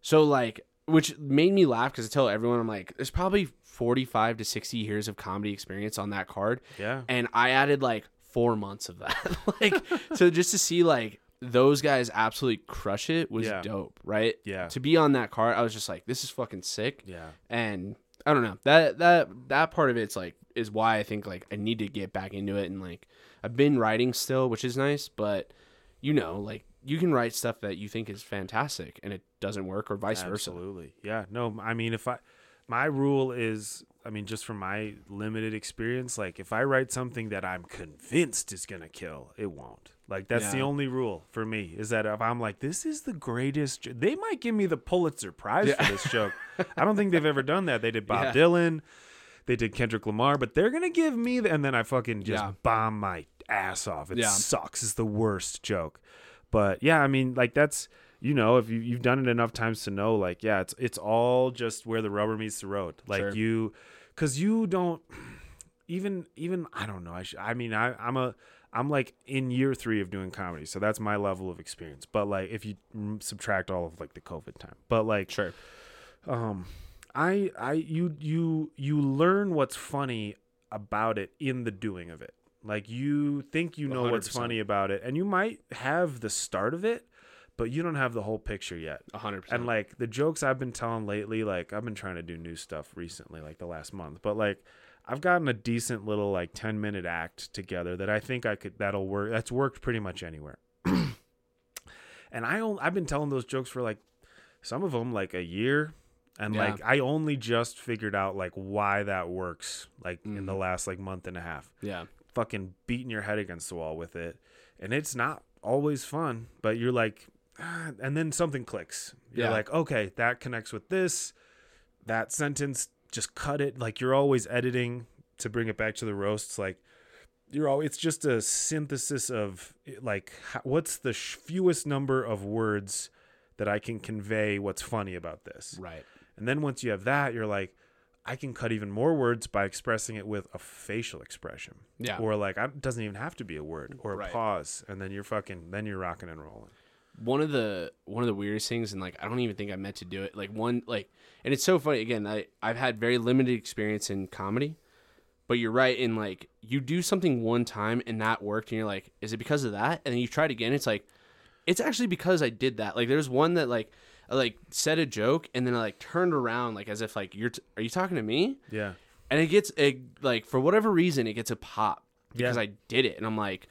so like which made me laugh because i tell everyone i'm like there's probably 45 to 60 years of comedy experience on that card yeah. and I added like four months of that. like, so just to see like those guys absolutely crush it was Yeah. dope, right? Yeah. To be on that car, I was just like, this is fucking sick. Yeah. And I don't know that that that part of it's like is why I think like I need to get back into it and like I've been writing still, which is nice, but you know like you can write stuff that you think is fantastic and it doesn't work or vice versa. Absolutely. Yeah. No, I mean, if I, my rule is, I mean, just from my limited experience, like if I write something that I'm convinced is going to kill, it won't. Like that's the Yeah. only rule for me is that if I'm like, this is the greatest, j- they might give me the Pulitzer Prize for this joke. I don't think they've ever done that. They did Bob Yeah. Dylan, they did Kendrick Lamar, but they're going to give me, the, and then I fucking just Yeah. bomb my ass off. It Yeah. sucks. It's the worst joke. But yeah, I mean, like that's you know, if you, you've done it enough times to know, like, yeah, it's it's all just where the rubber meets the road. Like Sure. you, because you don't even even I don't know. I should, I mean, I I'm a I'm like in year three of doing comedy, so that's my level of experience. But like, if you mm, subtract all of like the COVID time, but like, Sure. I I you you you learn what's funny about it in the doing of it. Like you think you know what's 100%. funny about it and you might have the start of it, but you don't have the whole picture yet. 100%. And like the jokes I've been telling lately, like I've been trying to do new stuff recently, like the last month, but like I've gotten a decent little like 10 minute act together that I think I could, that'll work. That's worked pretty much anywhere. and I, on- I've been telling those jokes for like some of them like a year. And Yeah. like I only just figured out like why that works like in the last like month and a half yeah. fucking beating your head against the wall with it and it's not always fun but you're like "Ah," and then something clicks you're Yeah. like okay that connects with this that sentence just cut it like you're always editing to bring it back to the roasts like you're all it's just a synthesis of like ho- what's the sh- fewest number of words that i can convey what's funny about this Right. and then once you have that, you're like, I can cut even more words by expressing it with a facial expression. Yeah. Or like, I- it doesn't even have to be a word or a Right. pause. And then you're fucking, then you're rocking and rolling. one of the one of the weirdest things and like i don't even think i meant to do it like one like and it's so funny again i i've had very limited experience in comedy but you're right in like you do something one time and that worked and you're like is it because of that and then you try it again it's like it's actually because i did that like there's one that like I, like said a joke and then i like turned around like as if like you're t- are you talking to me Yeah. and it gets it like for whatever reason it gets a pop because Yeah. I did it and I'm like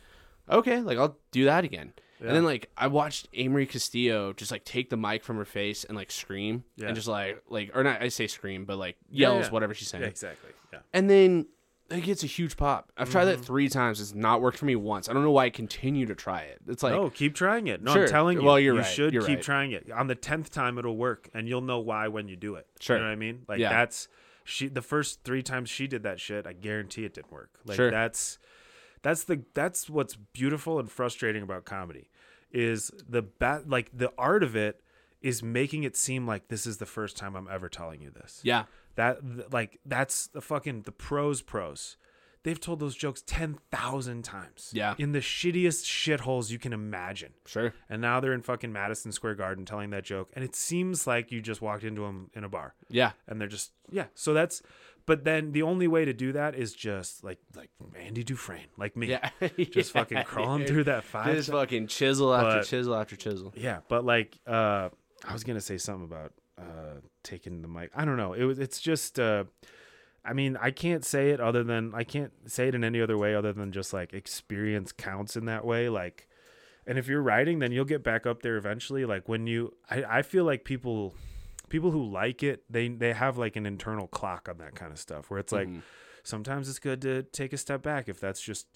okay like I'll do that again and then like I watched Amory Castillo just like take the mic from her face and like scream Yeah. and just like like or not I say scream but like yells yeah. whatever she's saying Yeah, exactly. Yeah. and then it gets a huge pop I've tried Mm-hmm. that three times it's not worked for me once I don't know why I continue to try it it's like no, keep trying it. No, Sure. I'm telling you. Well, you're you right. should You're keep right. trying it. On the 10th time, it'll work. And you'll know why when you do it. Sure. You know what I mean? Like, Yeah. that's, she, the first three times she did that shit, I guarantee it didn't work. Like, Sure. that's, that's the that's what's beautiful and frustrating about comedy is the bat like the art of it is making it seem like this is the first time I'm ever telling you this. yeah That th- like that's the fucking the pros pros. They've told those jokes 10,000 times. Yeah. In the shittiest shitholes you can imagine. sure And now they're in fucking Madison Square Garden telling that joke and it seems like you just walked into them in a bar yeah and they're just yeah so that's but then the only way to do that is just like like andy dufresne like me yeah just fucking crawling through that five just fucking chisel after But- chisel after chisel yeah but like uh i was gonna say something about uh taking the mic i don't know it was it's just uh i mean i can't say it other than i can't say it in any other way other than just like experience counts in that way like and if you're writing then you'll get back up there eventually like when you i, I feel like people people who like it they they have like an internal clock on that kind of stuff where it's like sometimes it's good to take a step back if that's just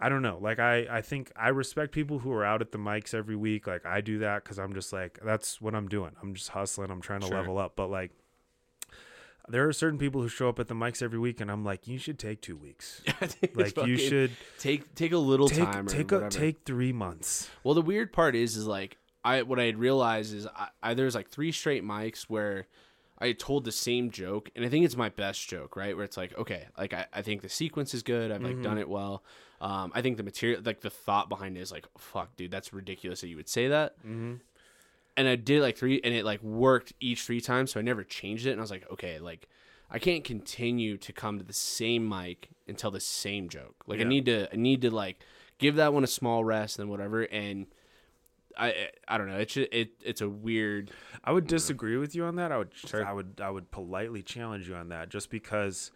I don't know. Like I, I think I respect people who are out at the mics every week. Like I do that because I'm just like that's what I'm doing. I'm just hustling. I'm trying to Sure. level up. But like, there are certain people who show up at the mics every week, and I'm like, you should take two weeks. like you Fucking should take take a little time take or take whatever. a, take three months. Well, the weird part is, is like I what I had realized is I, I there's like three straight mics where I had told the same joke, and I think it's my best joke, right? Where it's like, okay, like I, I think the sequence is good. I've like Mm-hmm. done it well. Um, I think the material, like the thought behind it is like, fuck, dude, that's ridiculous that you would say that. Mm-hmm. And I did it like three, and it like worked each three times, so I never changed it. And I was like, okay, like I can't continue to come to the same mic and tell the same joke. Like I Yeah. need to, I need to like give that one a small rest and whatever. And I, I I don't know. It's ju- it, it's a weird. I would disagree with you on that. I would I would I would politely challenge you on that just because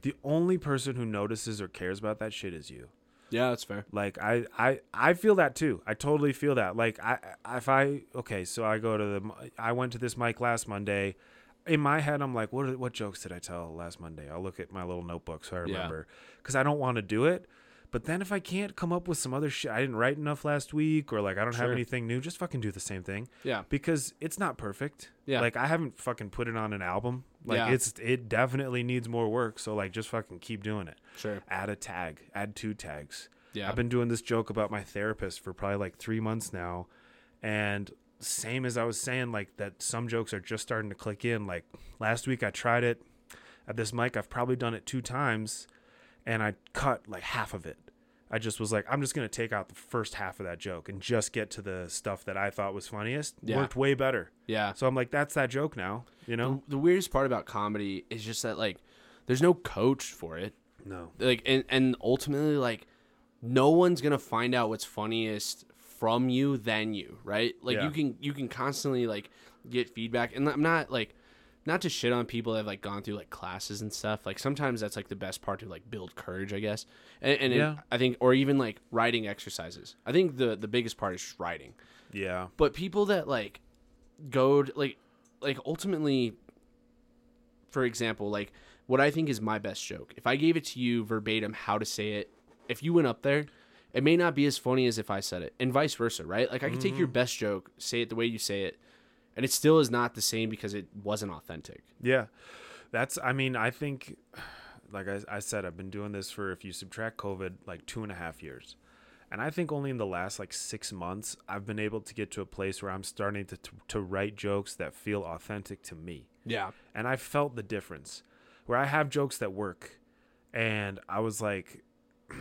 the only person who notices or cares about that shit is you. Yeah, that's fair. Like I, I, I feel that too. I totally feel that. Like I, I- if I, okay, so I go to the, mi- I went to this mic last Monday. In my head, I'm like, what, are- what jokes did I tell last Monday? I'll look at my little notebook so I remember, because I don't want to do it. But then if I can't come up with some other shit, I didn't write enough last week, or like I don't have Sure. anything new. Just fucking do the same thing. Yeah. Because it's not perfect. Yeah. Like I haven't fucking put it on an album. Like Yeah. it's it definitely needs more work. So like just fucking keep doing it Sure. add a tag, add two tags. Yeah. I've been doing this joke about my therapist for probably like three months now. And same as I was saying, like that some jokes are just starting to click in. Like last week I tried it at this mic, I've probably done it two times and I cut like half of it. I just was like, I'm just gonna take out the first half of that joke and just get to the stuff that I thought was funniest. Yeah. Worked way better. Yeah. So I'm like, that's that joke now. You know? The weirdest part about comedy is just that like there's no coach for it. No. Like and and ultimately like no one's going to find out what's funniest from you than you, right? Like Yeah. you can you can constantly like get feedback, and I'm not like not to shit on people that have like gone through like classes and stuff. Like sometimes that's like the best part to like build courage, I guess. And, and it- Yeah. I think, or even like writing exercises. I think the the biggest part is just writing Yeah. but people that like go to, like like ultimately for example like what i think is my best joke if i gave it to you verbatim how to say it if you went up there it may not be as funny as if i said it and vice versa right like i could take your best joke say it the way you say it and it still is not the same because it wasn't authentic Yeah. That's, I mean, I think, like I, I said, I've been doing this for, if you subtract COVID, like two and a half years. And I think only in the last like six months, I've been able to get to a place where I'm starting to, to, to write jokes that feel authentic to me. yeah And I felt the difference where I have jokes that work. And I was like,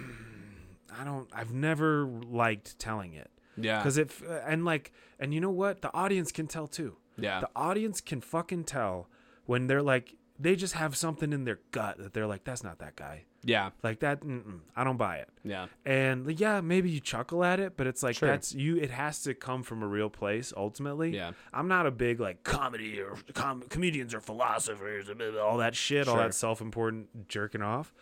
I don't, I've never liked telling it. yeah Because if uh, and like and you know what, the audience can tell too. Yeah. the audience can fucking tell when they're like they just have something in their gut that they're like that's not that guy. yeah Like that, mm-mm, I don't buy it. yeah And like, yeah, maybe you chuckle at it, but it's like Sure. that's you. It has to come from a real place ultimately. Yeah. I'm not a big like comedy or com- comedians or philosophers and blah, blah, all that shit, all Sure. that self-important jerking off.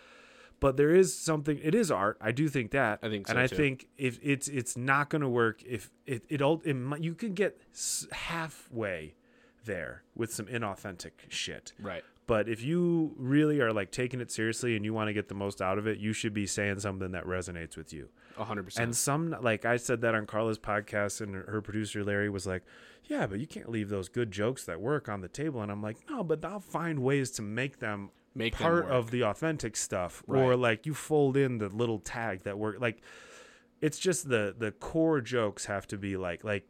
But there is something. It is art. I do think that. I think and so, I too. think if it's it's not going to work if it it all it, might- you can get s- halfway there with some inauthentic shit. right But if you really are like taking it seriously and you want to get the most out of it, you should be saying something that resonates with you. 100% And some, like I said that on Carla's podcast, and her her producer Larry was like, "Yeah, but you can't leave those good jokes that work on the table." And I'm like, "No, but I'll find ways to make them Make them part work. of the authentic stuff, or Right. like you fold in the little tag that work. Like, it's just the the core jokes have to be like like."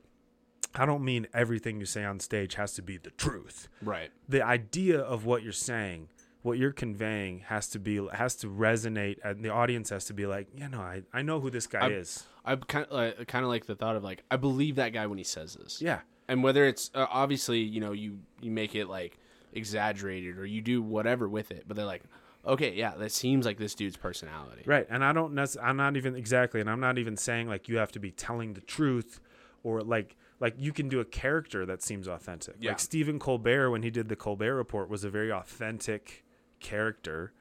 I don't mean everything you say on stage has to be the truth right the idea of what you're saying, what you're conveying has to be has to resonate and the audience has to be like, yeah, no, I, I know who this guy I- is. i kind of like, kind of like the thought of like i believe that guy when he says this Yeah. and whether it's uh, obviously you know you you make it like exaggerated or you do whatever with it but they're like okay yeah that seems like this dude's personality Right. And I don't nec- I'm not even exactly and I'm not even saying like you have to be telling the truth or like like you can do a character that seems authentic. Yeah. Like Stephen Colbert when he did the Colbert report was a very authentic character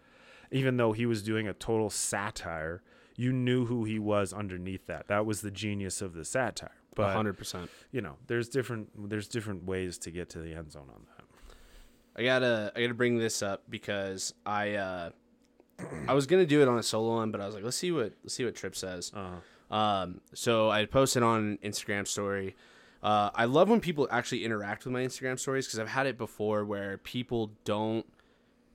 even though he was doing a total satire. You knew who he was underneath that. That was the genius of the satire. But 100% you know, there's different there's different ways to get to the end zone on that. i gotta i gotta bring this up because i uh i was gonna do it on a solo one but i was like let's see what let's see what trip says Uh-huh. um so i posted on an instagram story uh, I love when people actually interact with my Instagram stories because I've had it before where people don't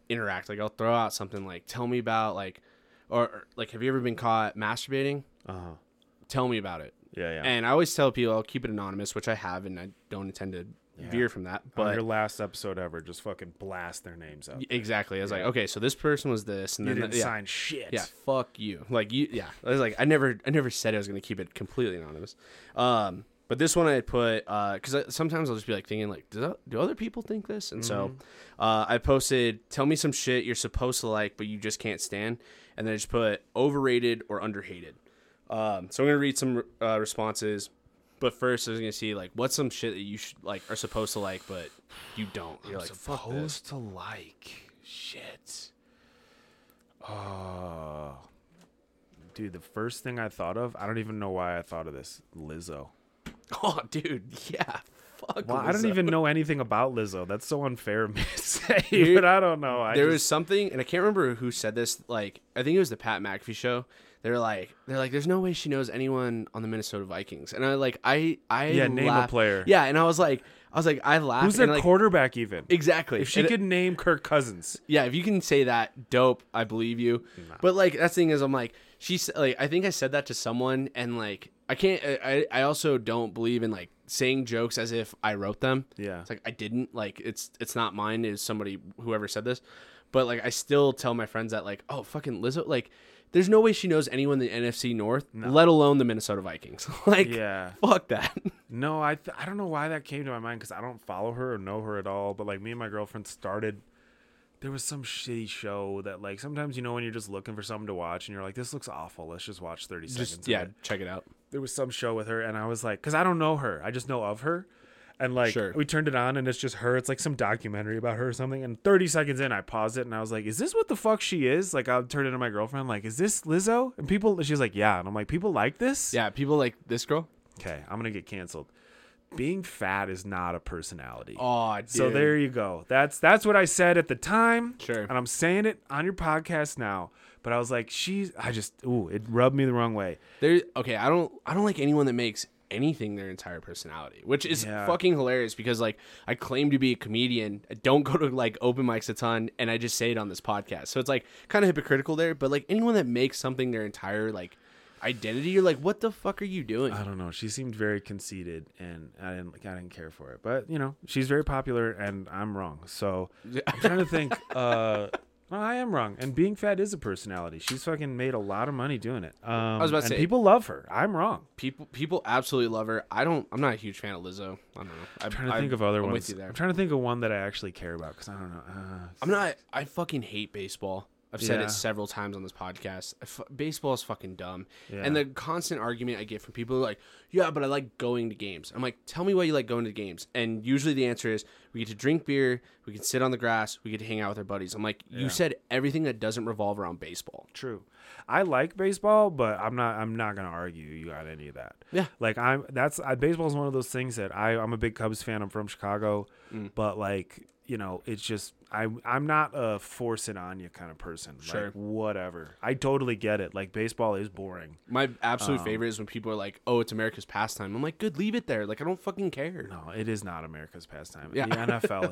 interact. Like I'll throw out something like, "Tell me about like," or, or, like, "Have you ever been caught masturbating?" Uh Uh-huh. Tell me about it. Yeah, yeah. And I always tell people I'll keep it anonymous, which I have, and I don't intend to veer from that. But on your last episode ever, just fucking blast their names out. You exactly, I was like, okay, so this person was this, and then didn't yeah, sign shit. yeah, fuck you. Like you, yeah. I was like, I never, I never said I was gonna keep it completely anonymous. Um, but this one I put because I sometimes I'll just be like thinking like, do, do other people think this? And so, Mm-hmm. uh, I posted, tell me some shit you're supposed to like but you just can't stand, and then I just put overrated or underhated. Um, so I'm gonna read some uh, responses, but first I was gonna see like what's some shit that you should like are supposed to like but you don't. You're like fuck this. to like shit. Oh, dude, the first thing I thought of, I don't even know why I thought of this. Lizzo. Oh, dude, yeah. Fuck. Well, I don't Lizzo. even know anything about Lizzo. That's so unfair of me to say, Dude, but I don't know. I there just- was something, and I can't remember who said this. Like, I think it was the Pat McAfee show. They're like, they're like, there's no way she knows anyone on the Minnesota Vikings. And I like, I, I Yeah, name a laugh- player. Yeah, and I was like, I was like, I laughed. who's and their like, quarterback even? Exactly. If she And- could name Kirk Cousins, yeah, if you can say that, dope. I believe you. But like that's the thing is, I'm like she's like I think I said that to someone, and like I can't. I I I also don't believe in like saying jokes as if I wrote them. Yeah. it's like I didn't. Like it's it's not mine. It's somebody whoever said this. But like I still tell my friends that like oh fucking Lizzo like. There's no way she knows anyone in the NFC North, let alone the Minnesota Vikings. like, Yeah. fuck that. No, I th- I don't know why that came to my mind because I don't follow her or know her at all. But like me and my girlfriend started, there was some shitty show that like sometimes you know when you're just looking for something to watch and you're like this looks awful. Let's just watch thirty Just seconds. of yeah, it. check it out. there was some show with her, and I was like, because I don't know her, I just know of her. And like Sure. we turned it on and it's just her. It's like some documentary about her or something. And 30 seconds in, I paused it and I was like, "Is this what the fuck she is?" Like I turned it to my girlfriend, like, "Is this Lizzo?" And people, she's like, "Yeah." And I'm like, "People like this?" Yeah, people like this girl. Okay, I'm gonna get canceled. Being fat is not a personality. Oh, So there you go. That's that's what I said at the time. Sure. And I'm saying it on your podcast now. But I was like, she's. I just. Ooh, it rubbed me the wrong way. There. Okay, I don't. I don't like anyone that makes anything their entire personality, which is Yeah. fucking hilarious because like I claim to be a comedian. I don't go to like open mics a ton, and I just say it on this podcast. So it's like kind of hypocritical there. But like anyone that makes something their entire like identity, you're like, what the fuck are you doing? I don't know. She seemed very conceited, and I didn't. Like, I didn't care for it. But you know, she's very popular, and I'm wrong. So I'm trying to think. Uh, well, I am wrong. And being fat is a personality. She's fucking made a lot of money doing it. Um, I was about to say- people love her. I'm wrong. people people absolutely love her. I don't. I'm not a huge fan of Lizzo. I don't know. I'm I'm trying to think of other I'm ones. With you there. I'm trying to think of one that I actually care about because I don't know. Uh, I'm not. I fucking hate baseball. I've said Yeah. it several times on this podcast. I fu- baseball is fucking dumb. Yeah. And the constant argument I get from people who are like, yeah, but I like going to games. I'm like, tell me why you like going to games. And usually the answer is, we get to drink beer, we can sit on the grass, we get to hang out with our buddies. I'm like, you said everything that doesn't revolve around baseball. True. I like baseball, but I'm not. I'm not gonna argue you on any of that. Yeah. Like I'm. That's I, baseball is one of those things that I. I'm a big Cubs fan. I'm from Chicago, Mm. but like you know, it's just I. I'm not a force it on you kind of person. Sure. Like, whatever. I totally get it. Like baseball is boring. My absolute Oh. favorite is when people are like, oh, it's America's pastime. I'm like, good, leave it there. Like, I don't fucking care. No, it is not America's pastime. Yeah. The NFL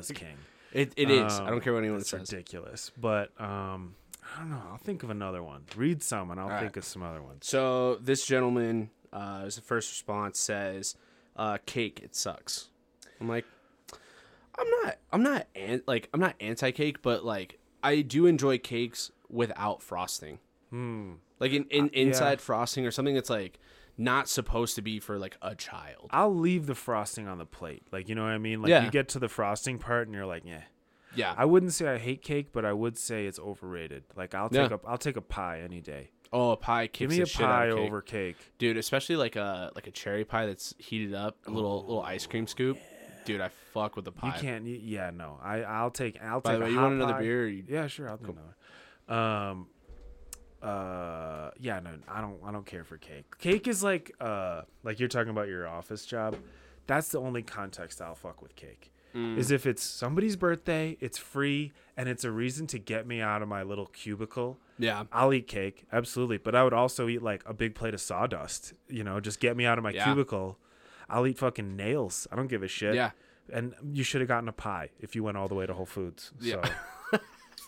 is king. It, it is. I Um, don't care what anyone that's says. ridiculous. But um, I don't know. I'll think of another one. Read some, and I'll right. think of some other ones. So this gentleman, uh, his first response says, uh, "Cake, it sucks." I'm like, I'm not, I'm not, an- like, I'm not anti-cake, but like, I do enjoy cakes without frosting. Hmm. Like in, Uh, in inside frosting or something that's like not supposed to be for like a child. I'll leave the frosting on the plate. Like you know what I mean? Like Yeah. you get to the frosting part and you're like, yeah. Yeah. I wouldn't say I hate cake, but I would say it's overrated. Like I'll take Yeah. a I'll take a pie any day. oh, a pie kicks Give me the a shit out pie of cake. over cake. dude. Especially like a like a cherry pie that's heated up, a little little ice cream scoop. Dude, I fuck with the Oh, You pie. can't. You, yeah, no. I I'll take. I'll By take. the a way, you hot want another pie. beer or you- Yeah, sure. I'll take another. Um. Uh. Yeah. No. I don't. I don't care for cake. Cake is like uh like you're talking about your office job. That's the only context I'll fuck with cake. Mm. Is if it's somebody's birthday, it's free, and it's a reason to get me out of my little cubicle. Yeah. I'll eat cake, absolutely. But I would also eat like a big plate of sawdust, you know, just get me out of my Yeah. cubicle. I'll eat fucking nails. I don't give a shit. Yeah. And you should have gotten a pie if you went all the way to Whole Foods. Yeah. So,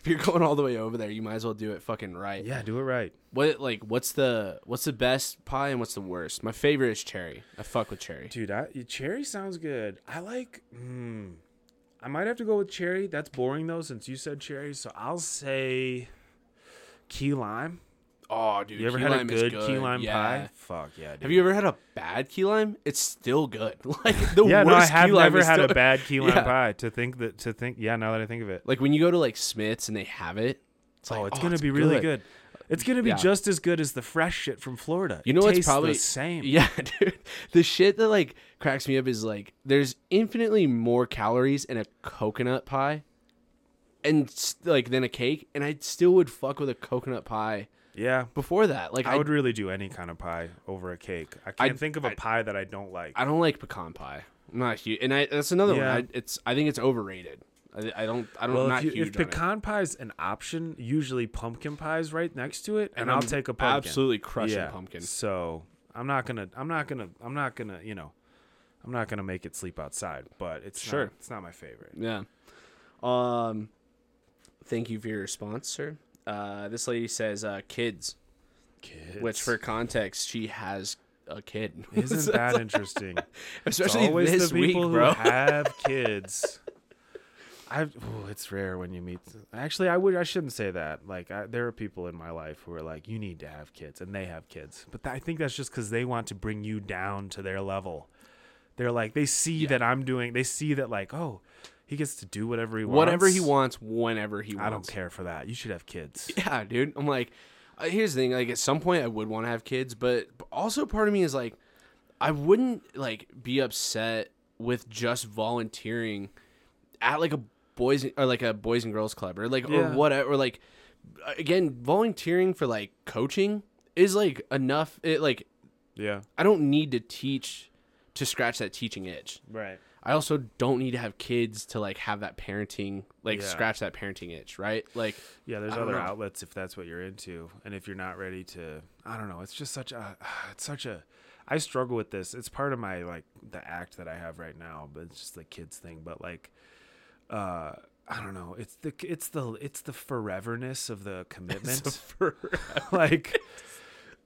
If you're going all the way over there, you might as well do it fucking right. yeah, do it right. What like what's the what's the best pie and what's the worst? My favorite is cherry. I fuck with cherry. Dude, I, cherry sounds good. I like, mm, I might have to go with cherry. That's boring though, since you said cherry. So I'll say key lime. Oh, dude, You ever key had a lime is good, key lime Yeah. pie? Fuck yeah, dude. Have you ever had a bad key lime? It's still good. Like the yeah, worst no, I have key lime never is had still- a bad key lime Yeah. pie. To think that, to think, yeah. Now that I think of it, Like when you go to like Smith's and they have it, it's like Oh, it's gonna be really good. It's gonna be Yeah. just as good as the fresh shit from Florida. You It know what's tastes probably the same. Yeah, dude. The shit that like cracks me up is like there's infinitely more calories in a coconut pie, and s- like than a cake, and I still would fuck with a coconut pie yeah. before that. Like I, I would really do any kind of pie over a cake. I can't think of a I- pie that I don't like. I don't like pecan pie. I'm not huge, and I that's another Yeah. one. I, it's I think it's overrated. I, I don't I don't well, not if, you, huge if on it. pecan pie is an option, usually pumpkin pie is right next to it, and, I'll I'm take a pumpkin. Absolutely crushing Yeah. pumpkin. So I'm not gonna. I'm not gonna. I'm not gonna. You know, I'm not gonna make it sleep outside. But it's Sure. Not, it's not my favorite. Yeah. Um, thank you for your response, sir. Uh, this lady says uh, kids. Kids. which for context she has a kid isn't that interesting? It's especially always this the people week who bro have kids. I ooh, it's rare when you meet. Actually, I would I shouldn't say that. Like I, there are people in my life who are like, you need to have kids, and they have kids. But I think that's just because they want to bring you down to their level. They're like they see that I'm doing. They see that like oh, he gets to do whatever he wants. whatever he wants whenever he wants I don't care for that. You should have kids. yeah dude i'm like uh, here's the thing like at some point i would want to have kids but also part of me is like i wouldn't like be upset with just volunteering at like a boys or like a boys and girls club or like or Yeah. whatever or like again volunteering for like coaching is like enough it like Yeah. i don't need to teach to scratch that teaching itch Right. i also don't need to have kids to like have that parenting like Yeah. scratch that parenting itch right like Yeah, there's I don't other know. outlets if that's what you're into, and if you're not ready to, I don't know. It's just such a, it's such a. I struggle with this. It's part of my like the act that I have right now, but it's just the kids thing. But like, uh, I don't know. It's the it's the it's the foreverness of the commitment. like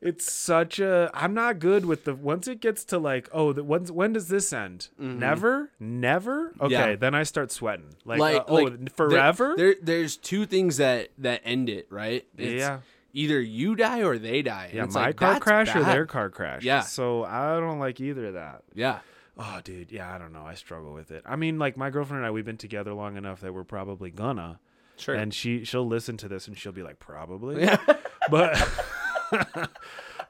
it's such a i'm not good with the once it gets to like oh the, when's, when does this end never never okay Mm-hmm. Yeah. then i start sweating like, like, uh, oh like, there- forever There, there's two things that that end it, right? Yeah. Either you die or they die. and yeah it's my like, car that's crash or bad. their car crash Yeah. so i don't like either of that Yeah. oh dude yeah i don't know i struggle with it i mean like my girlfriend and i we've been together long enough that we're probably gonna Sure. and she she'll listen to this and she'll be like probably but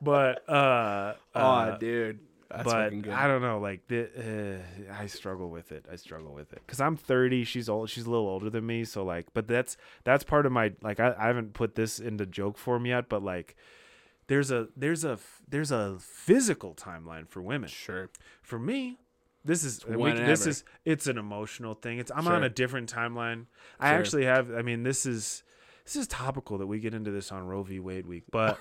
but uh uh, oh, dude. That's fucking but good. I don't know. Like, the, uh, I struggle with it. I struggle with it because I'm 30. She's old. She's a little older than me. So like, but that's that's part of my like. I, I haven't put this into joke form yet, but like, there's a there's a there's a physical timeline for women. sure. For me, this is and we, this whenever. is it's an emotional thing. It's I'm Sure. on a different timeline. I Sure. actually have. I mean, this is. This is topical that we get into this on Roe v. Wade week, but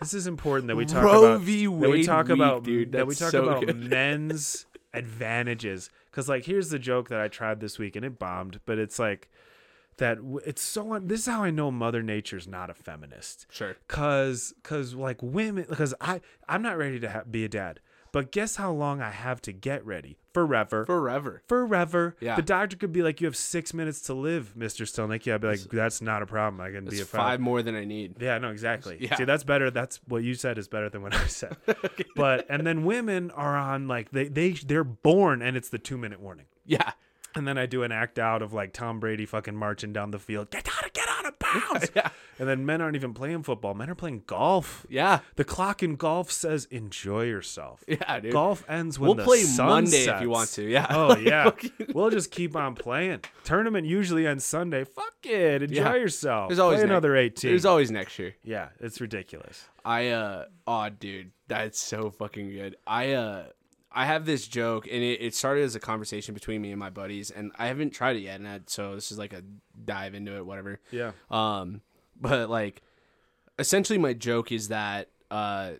this is important that we talk Roe about v. that we Wade talk week, about dude. that we That's talk so about good. men's advantages because like here's the joke that I tried this week and it bombed, but it's like that w- it's so un- this is how I know Mother Nature's not a feminist Sure. cause cause like women because i i'm not ready to ha- be a dad but guess how long i have to get ready forever Forever. forever Yeah. the doctor could be like you have six minutes to live mr stelnicki i'd be like that's not a problem i can be It's a five five more than I need. yeah no exactly Yeah. see that's better that's what you said is better than what i said but and then women are on like they they they're born and it's the two minute warning Yeah. and then I do an act out of like Tom Brady fucking marching down the field, get out of get out of bounds. And then men aren't even playing football. Men are playing golf. Yeah. The clock in golf says enjoy yourself. Yeah, dude. Golf ends when We'll the play sun Monday if sets. you want to. Yeah. Oh Like, yeah. fucking- we'll just keep on playing. Tournament usually ends Sunday. Fuck it. Enjoy Yeah. yourself. There's always play next- another 18. There's always next year. yeah, it's ridiculous. I uh oh dude, that's so fucking good. I uh I have this joke and it, it started as a conversation between me and my buddies and I haven't tried it yet and I, so this is like a dive into it, whatever. Yeah. Um but like essentially my joke is that uh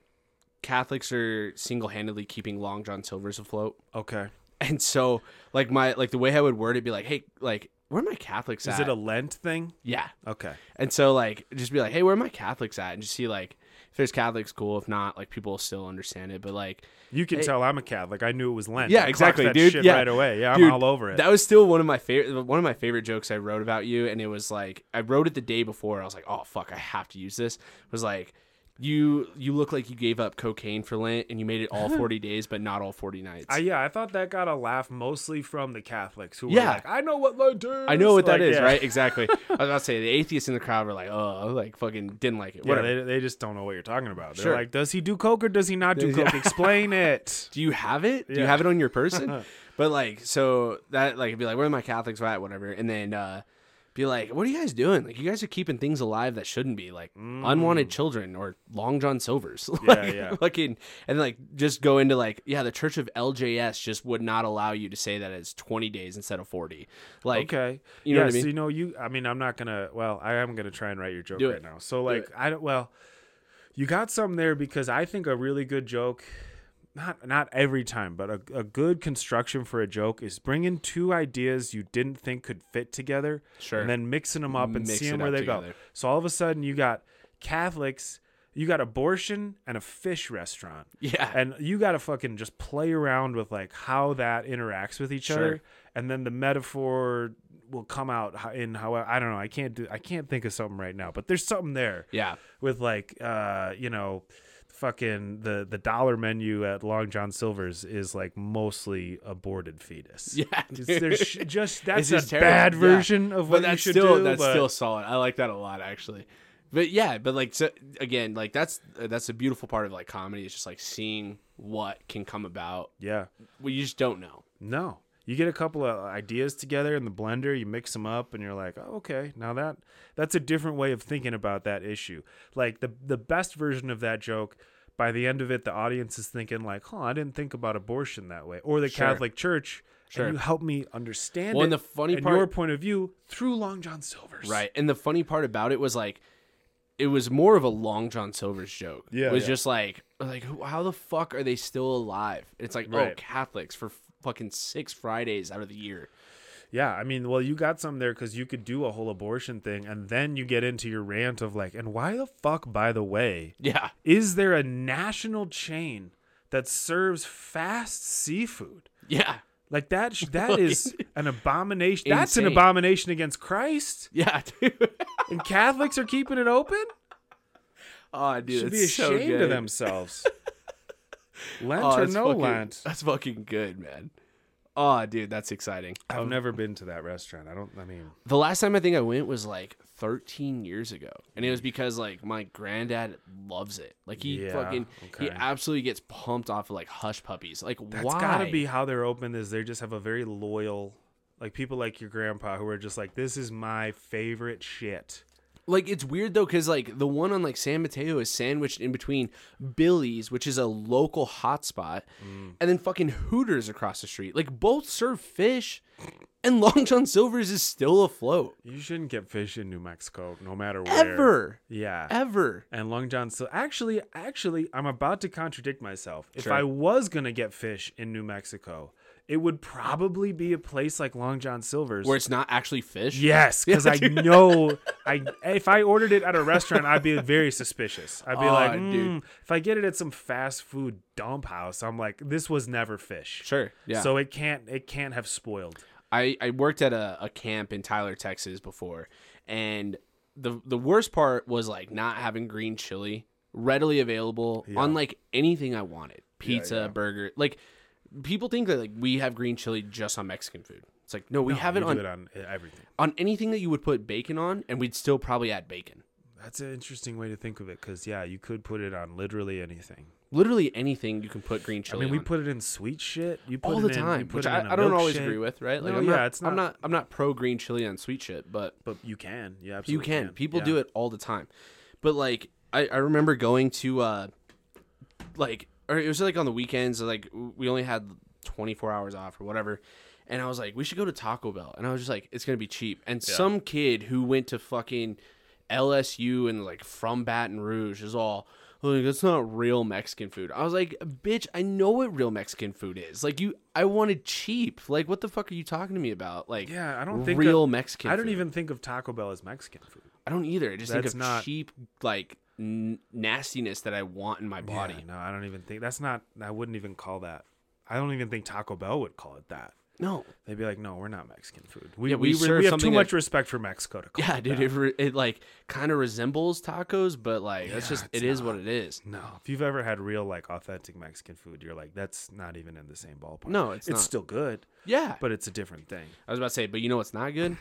Catholics are single handedly keeping Long John Silvers afloat. Okay. And so like my like the way I would word it be like, Hey, like where are my Catholics Is at? it a Lent thing? yeah. Okay. And so like just be like, hey, where are my Catholics at? And just see like if there's Catholics, cool. If not, like people will still understand it. But like You can tell I'm a Catholic. I knew it was Lent. I yeah, clocked exactly, that dude. shit yeah. right away. Yeah, I'm Dude, all over it. That was still one of my favorite one of my favorite jokes I wrote about you, and it was like I wrote it the day before. I was like, oh fuck, I have to use this. It was like you you look like you gave up cocaine for Lent and you made it all forty days, but not all forty nights. I, yeah, I thought that got a laugh mostly from the Catholics who Yeah. were like, "I know what Lent is." I know what that Like, is, yeah. right? Exactly. I was about to say the atheists in the crowd were like, "Oh, like fucking didn't like it." Yeah, Whatever. they, they just don't know what you're talking about. They're Sure. like, "Does he do coke or does he not do coke? Explain it." do you have it? Do you Yeah. have it on your person? but like, so that like, it'd be like, where are my Catholics at? Whatever. And then, uh, be like, what are you guys doing? Like, you guys are keeping things alive that shouldn't be, like unwanted children or Long John Silver's. like, Mm. yeah. Fucking, and like, just go into like, yeah, the Church of LJS just would not allow you to say that it's 20 days instead of 40. Like, Okay, You know yeah, what I mean? So, you know, you. I mean, I'm not gonna. Well, I am gonna try and write your joke Do right it. now. So like, I don't. Well, you got some there because I think a really good joke. Not not every time, but a, a good construction for a joke is bringing two ideas you didn't think could fit together, Sure. and then mixing them up and Mix seeing it where up they go. together. So all of a sudden, you got Catholics, you got abortion, and a fish restaurant. Yeah. and you got to fucking just play around with like how that interacts with each other, and then the metaphor will come out ho- in how I don't know. I can't do. I can't think of something right now, but there's something there. Yeah. with like uh, you know. Fucking the the dollar menu at Long John Silver's is like mostly aborted fetus. Yeah, there's sh- just that's It's just a terrible. bad Yeah. version of but what you that's should still, do. That's but- still solid. I like that a lot actually. But yeah, but like so, again, like that's uh, that's the beautiful part of like comedy. It's just like seeing what can come about. Yeah. Well, you just don't know. No. You get a couple of ideas together in the blender, you mix them up and you're like, "Oh, okay. Now that that's a different way of thinking about that issue." Like the the best version of that joke by the end of it the audience is thinking like, "Huh, I didn't think about abortion that way." Or the Sure. Catholic Church Sure. And you help me understand Well, it and the funny and part- your point of view through Long John Silver's. Right. And the funny part about it was like it was more of a long John Silver's joke. Yeah, It was yeah. just like like who- how the fuck are they still alive? It's like, oh, Right. Catholics for fucking 6 Fridays out of the year. Yeah, I mean, well, you got some there because you could do a whole abortion thing, and then you get into your rant of like, and why the fuck, by the way, Yeah. is there a national chain that serves fast seafood? Yeah. Like that, sh- that is an abomination. That's an Insane. abomination against Christ, Yeah, dude. and Catholics are keeping it open. oh, dude, Should it's be so ashamed good. of themselves. Lent Oh, or that's no fucking, Lent, That's fucking good, man. Oh, dude, that's exciting. I've never been to that restaurant. I don't. I mean, The last time I think I went was like 13 years ago, and it was because like my granddad loves it. Like he Yeah, fucking he okay. absolutely gets pumped off of like hush puppies. Like That's why? gotta be how they're open. Is they just have a very loyal, like people like your grandpa who are just like, this is my favorite shit. like it's weird though because like the one on like San Mateo is sandwiched in between Billy's, which is a local hotspot, Mm. and then fucking Hooters across the street. Like both serve fish, and Long John Silver's is still afloat. You shouldn't get fish in New Mexico, no matter where. Ever, Yeah. ever. And Long John. So actually, actually, I'm about to contradict myself. If Sure. I was gonna get fish in New Mexico, it would probably be a place like Long John Silver's. Where it's not actually fish. Yes, because I know I if I ordered it at a restaurant, I'd be very suspicious. I'd be Aw, like, dude. "Mm." if I get it at some fast food dump house, I'm like, this was never fish. Sure, yeah. So it can't it can't have spoiled. I, I worked at a, a camp in Tyler, Texas before, and the the worst part was like not having green chili readily available on like anything I wanted. Pizza, burger. Like people think that like we have green chili just on Mexican food. It's like no, we have it You on, do it on uh, everything. on anything that you would put bacon on, and we'd still probably add bacon. That's an interesting way to think of it, because yeah, you could put it on literally anything. Literally anything you can put green I chili. mean, we on. put it in sweet shit. You put all it the in- you time, put which it I, in a I don't always milkshake. agree with, right? Like no, I'm yeah, not, it's I'm not- not I'm not pro green chili on sweet shit, but But you can. You You absolutely can. People Yeah. do it all the time. But like I, I remember going to uh like or it was like on the weekends like we only had 24 hours off or whatever and I was like we should go to Taco Bell and I was just like it's going to be cheap and some kid who went to fucking LSU and like from Baton Rouge is all like that's not real Mexican food. I was like, bitch, I know what real Mexican food is. Like you I wanted cheap. Like what the fuck are you talking to me about? Like Yeah, I don't think real that- Mexican I don't food. even think of Taco Bell as Mexican food. I don't either. I just think That's of not- cheap like n- nastiness that I want in my body. Yeah, no, I don't even think that's not. I wouldn't even call that. I don't even think Taco Bell would call it that. No. They'd be like, "No, we're not Mexican food. We Yeah, we, we we, serve have too something much that- respect for Mexico to call Yeah, it dude, that." it, re- it like kind of resembles tacos, but like that's Yeah, just it it's is what it is. No, if you've ever had real like authentic Mexican food, you're like, that's not even in the same ballpark. No, it's not. still good, Yeah, but but it's a different thing. I was about to say, but you know what's not good?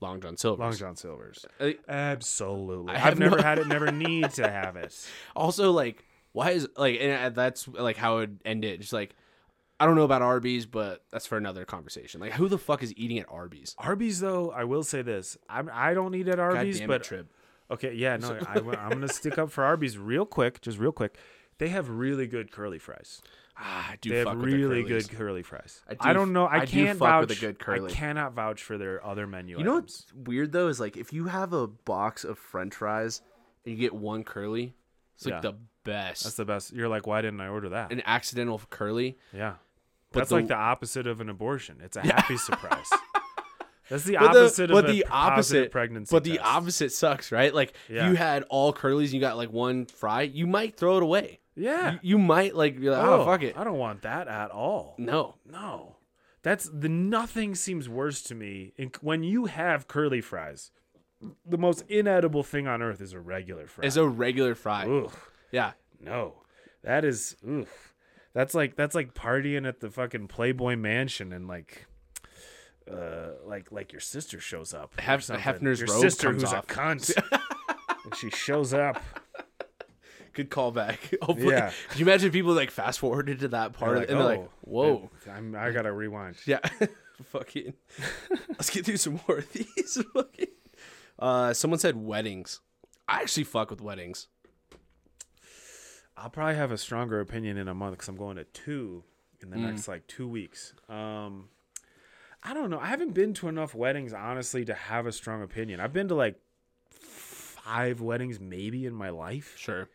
Long John Silver's. Long John Silver's, Uh, I- absolutely. have I've never no- had it. Never need to have it. Also, like, why is like, and I- that's like how it end it. Just like, I don't know about Arby's, but that's for another conversation. Like, who the fuck is eating at Arby's? Arby's though, I will say this: I'm, I don't eat at Arby's, damn it, but Trib. okay, yeah, no, I, am gonna stick up for Arby's real quick, just real quick. They have really good curly fries. Ah, I do They fuck have with their really curlies. good curly fries. I, I do don't know. I, f- I do can't fuck vouch. with a good curly. I cannot vouch for their other menu. You know items. what's weird though is like if you have a box of French fries and you get one curly, it's like Yeah. the best. That's the best. You're like, why didn't I order that? An accidental curly. Yeah, But that's the- like the opposite of an abortion. It's a happy surprise. That's the But the- opposite but of the a opposite positive pregnancy. But the test. opposite sucks, right? Like if Yeah. you had all curlies and you got like one fry, you might throw it away. Yeah. You, you might like be like, oh, fuck it. I don't want that at all. No. No. That's the nothing seems worse to me in, when you have curly fries. The most inedible thing on earth is a regular fry. It's a regular fry. Ugh, Yeah. no. That is ugh. That's like that's like partying at the fucking Playboy Mansion and like uh like like your sister shows up. or Hef- something. Hefner's your robe sister comes who's off. a cunt. And she shows up. Good callback. Hopefully. Yeah. Could you imagine people like fast forwarded to that part like, and they're "Oh, like, whoa. I'm, I gotta rewind. Yeah. Fucking. Let's get through some more of these. Fucking. uh, someone said weddings. I actually fuck with weddings. I'll probably have a stronger opinion in a month because I'm going to two in the next like two weeks. Um, I don't know. I haven't been to enough weddings honestly to have a strong opinion. I've been to like five weddings maybe in my life. Sure.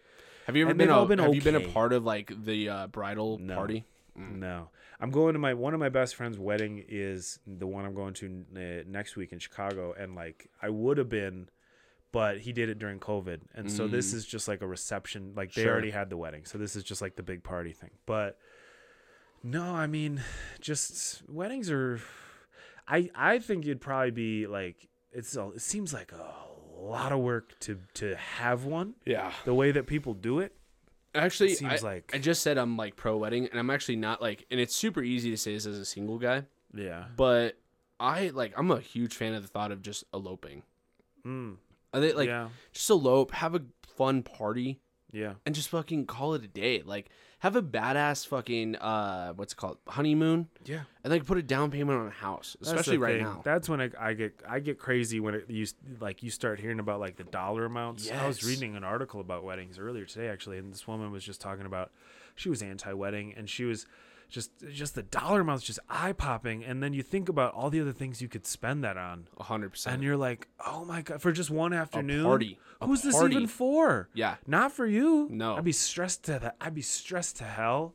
Have you ever And been? they've all A, been have you been a okay. part of like the uh, bridal No. party? No, I'm going to my one of my best friend's wedding is the one I'm going to uh, next week in Chicago, and like I would have been, but he did it during COVID, and so this is just like a reception. Like they Sure. already had the wedding, so this is just like the big party thing. But no, I mean, just weddings are. I I think it'd probably be like it's a, it seems like a lot of work to to have one. Yeah. The way that people do it, Actually, seems I, like- I just said I'm like pro wedding, and I'm actually not like, and it's super easy to say this as a single guy, yeah. but I like I'm a huge fan of the thought of just eloping. I think like Hmm. Yeah. just elope, have a fun party, Yeah. and just fucking call it a day. Like have a badass fucking uh what's it called honeymoon, Yeah. and like put a down payment on a house, That's the especially right thing. now. That's when I, I get I get crazy when it you s- like you start hearing about like the dollar amounts. I was Yes. reading an article about weddings earlier today actually, and this woman was just talking about she was anti-wedding and she was just just the dollar amounts just eye popping, and then you think about all the other things you could spend that on, A hundred and percent. you're like, oh my god, for just one afternoon, party. A Who's this party. even for? Yeah. not for you. No. I'd be stressed to that. I'd be stressed to hell.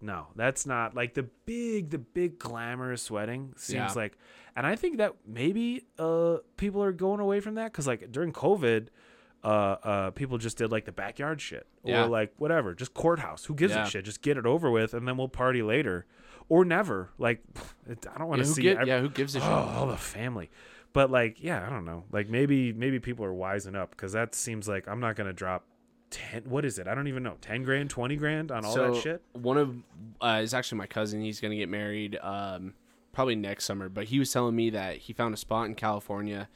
No, that's not like the big, the big glamorous wedding seems Yeah. like, and I think that maybe uh people are going away from that because like during COVID, uh uh people just did like the backyard shit or Yeah. like whatever, just courthouse. Who gives Yeah. a shit? Just get it over with, and then we'll party later, or never. Like it, I don't want Yeah, to who see. get- I- yeah, who gives a shit? oh, all the family. But like, yeah, I don't know. Like maybe maybe people are wising up because that seems like I'm not gonna drop ten. What is it? I don't even know. Ten grand, twenty grand on all that shit. One of uh, is actually my cousin. He's gonna get married um, probably next summer. But he was telling me that he found a spot in California.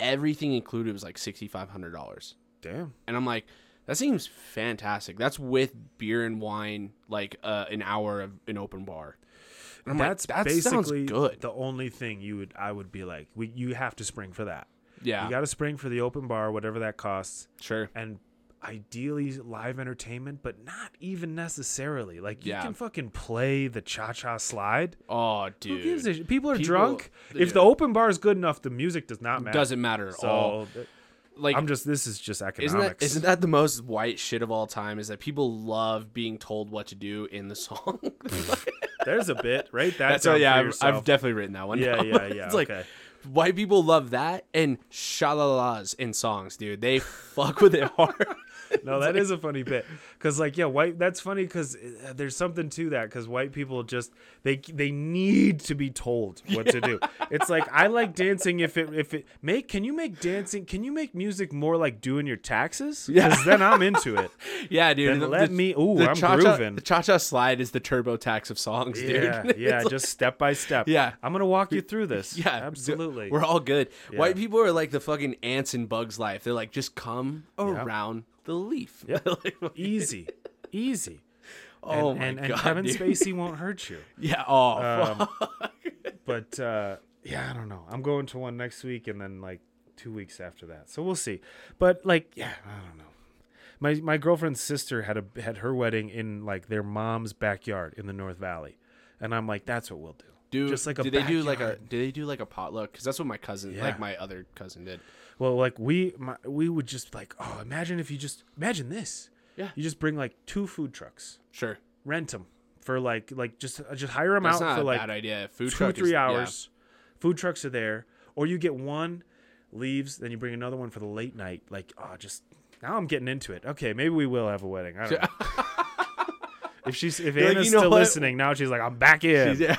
Everything included was like sixty five hundred dollars, Damn. and I'm like, that seems fantastic. That's with beer and wine, like uh, an hour of an open bar. And I'm That's like, that sounds basically good. the only thing you would I would be like, we, you have to spring for that. yeah, You got to spring for the open bar, whatever that costs, sure. and ideally live entertainment, but not even necessarily. Like you Yeah. can fucking play the cha cha slide. Oh, dude, Who gives a sh- People are People- drunk. If the dude. open bar is good enough, the music does not matter. doesn't matter at all. So th- Like, I'm just. This is just economics. Isn't that, isn't that the most white shit of all time? Is that people love being told what to do in the song? There's a bit, right? That's down oh for yeah, I've, yourself. I've definitely written that one. Yeah, down. yeah, yeah, it's like okay. white people love that and shalalas in songs, dude. They fuck with it hard. no, that is a funny bit because, like, yeah, white. That's funny because there's something to that because white people just they they need to be told what to do. It's like I like dancing if it if it make can you make dancing can you make music more like doing your taxes? Yeah. because then I'm into it. yeah, dude. Then let me- ooh, I'm cha-cha, grooving. The cha cha slide is the turbo tax of songs, dude. Yeah, yeah, just step by step. Yeah. I'm gonna walk you through this. Yeah, absolutely. We're all good. White people are like the fucking ants in Bugs Life. They're like, just come around the leaf. Yep. easy, easy. Oh and, my and, and God, Kevin dude. Spacey won't hurt you. yeah. Oh, fuck. Um, But uh, yeah, I don't know. I'm going to one next week and then like two weeks after that. So we'll see. But like, yeah, I don't know. My my girlfriend's sister had a had her wedding in like their mom's backyard in the North Valley, and I'm like, that's what we'll do. do just like a do they do like a backyard. do they do like a potluck? Because that's what my cousin, Yeah. like my other cousin, did. Well, like we my, we would just like oh imagine if you just imagine this. Yeah. You just bring like two food trucks, Sure, rent them for like like just uh, just hire them that's out not for a like bad idea. Food two truck is- three yeah. hours. Food trucks are there, or you get one, leaves, then you bring another one for the late night. Like, oh, just now I'm getting into it. Okay, maybe we will have a wedding. I don't know. if she's if like, Anna's "You know still what?" listening now, she's like, I'm back in. Yeah.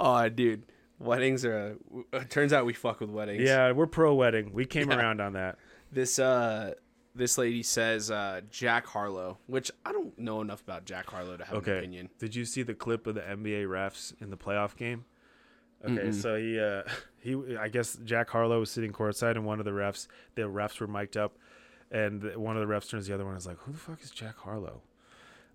oh, dude, weddings are. A, it turns out we fuck with weddings. yeah, we're pro wedding. We came around on that. This uh, this lady says uh, Jack Harlow, which I don't know enough about Jack Harlow to have an Okay. opinion. Did you see the clip of the NBA refs in the playoff game? Okay, so he uh, he I guess Jack Harlow was sitting courtside, and one of the refs, the refs were mic'd up, and the- one of the refs turns to the other one and is like, "Who the fuck is Jack Harlow?"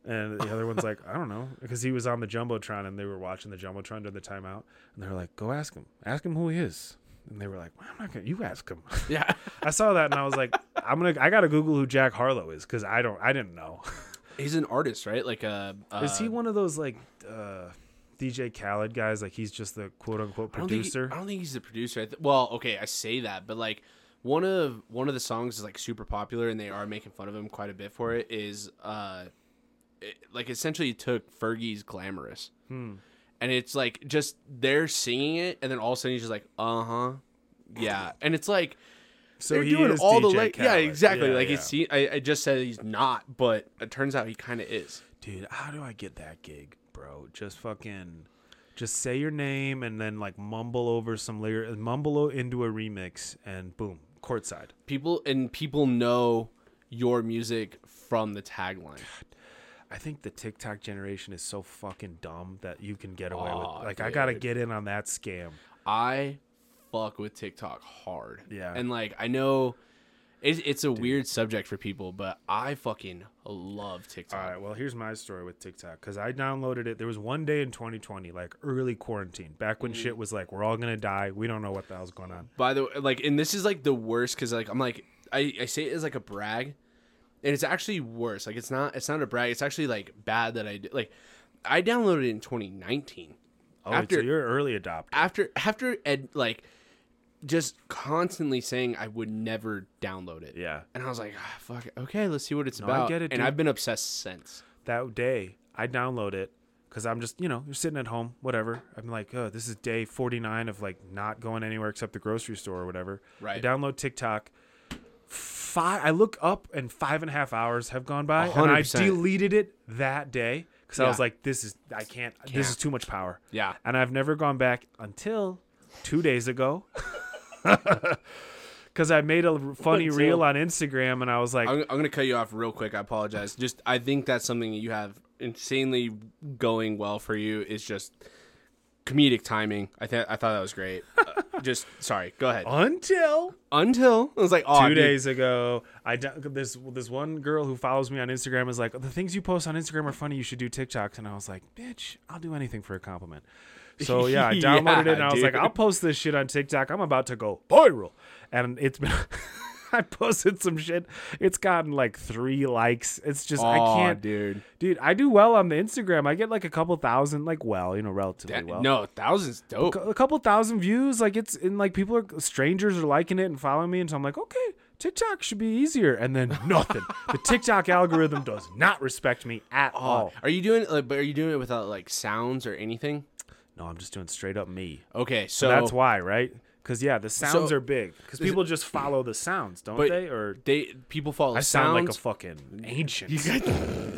And the other one's like, "I don't know," because he was on the jumbotron and they were watching the jumbotron during the timeout, and they were like, "Go ask him, ask him who he is." And they were like, well, "I'm not gonna, you ask him." Yeah. I saw that and I was like, "I'm gonna, I gotta Google who Jack Harlow is because I don't, I didn't know." He's an artist, right? Like a. Uh, is he one of those like uh, DJ Khaled guys? Like he's just the quote unquote I don't think he- producer? I don't think he's the producer. I th- well, okay, I say that, but like one of one of the songs is like super popular, and they are making fun of him quite a bit for it. Is uh, it, like essentially took Fergie's "Glamorous," Hmm. and it's like just they're singing it, and then all of a sudden he's just like, "Uh huh, yeah," and it's like So they're he doing is all the DJ like, yeah, Khaled. exactly. Yeah, like yeah. it's he, I, I just said he's not, but it turns out he kind of is. dude. How do I get that gig, bro? Just fucking, just say your name and then like mumble over some lyric, mumble o- into a remix, and boom, courtside. People and people know your music from the tagline. I think the TikTok generation is so fucking dumb that you can get away Aw, with. Like, I gotta dude. get in on that scam. I fuck with TikTok hard. Yeah. And like I know it's, it's a weird subject for people, but I fucking love TikTok. All right. Well, here's my story with TikTok because I downloaded it. There was one day in 2020, like early quarantine, back when shit was like, we're all gonna die. We don't know what the hell's going on. By the way, like and this is like the worst cuz like I'm like I I say it as like a brag and it's actually worse. Like it's not it's not a brag. It's actually like bad that I did. like I downloaded it in 2019. Oh, After- so you're an early adopter. after after ed like just constantly saying I would never download it. Yeah. And I was like, ah, fuck it. Okay, let's see what it's No, I about. get it, and dude. I've been obsessed since. that day I download it because I'm just you know you're sitting at home whatever I'm like oh this is day 49 of like not going anywhere except the grocery store or whatever I Right. download TikTok five I look up and five and a half hours have gone by and I 100%. deleted it that day because I was Yeah. like this is I can't, this is too much power Yeah. and I've never gone back until two days ago. Because I made a funny Until- reel on Instagram and I was like, I'm, I'm gonna cut you off real quick. I apologize. Just I think that's something that you have insanely going well for you is just comedic timing. I think I thought that was great. Uh, just sorry. Go ahead. until Until I was like, oh, two days ago. I dun- this this one girl who follows me on Instagram is like, the things you post on Instagram are funny. You should do TikToks. And I was like, bitch, I'll do anything for a compliment. So yeah, I Yeah, downloaded it and I was like, dude. I'll post this shit on TikTok. I'm about to go viral, and it's been. I posted some shit. It's gotten like three likes. It's just I Aw, can't, dude. Dude, I do well on the Instagram. I get like a couple thousand, like well, you know, relatively That- well No, thousands dope. a couple thousand views. Like it's and like people are strangers are liking it and following me, and so I'm like, okay, TikTok should be easier. And then nothing. the TikTok algorithm does not respect me at Oh. all. Are you doing? Like, but are you doing it without like sounds or anything? No, I'm just doing straight up me. Okay, so That's why, right? Because yeah, the sounds So- are big. Because people just follow the sounds, don't But they? Or they people follow. I sound like a sounds. fucking ancient.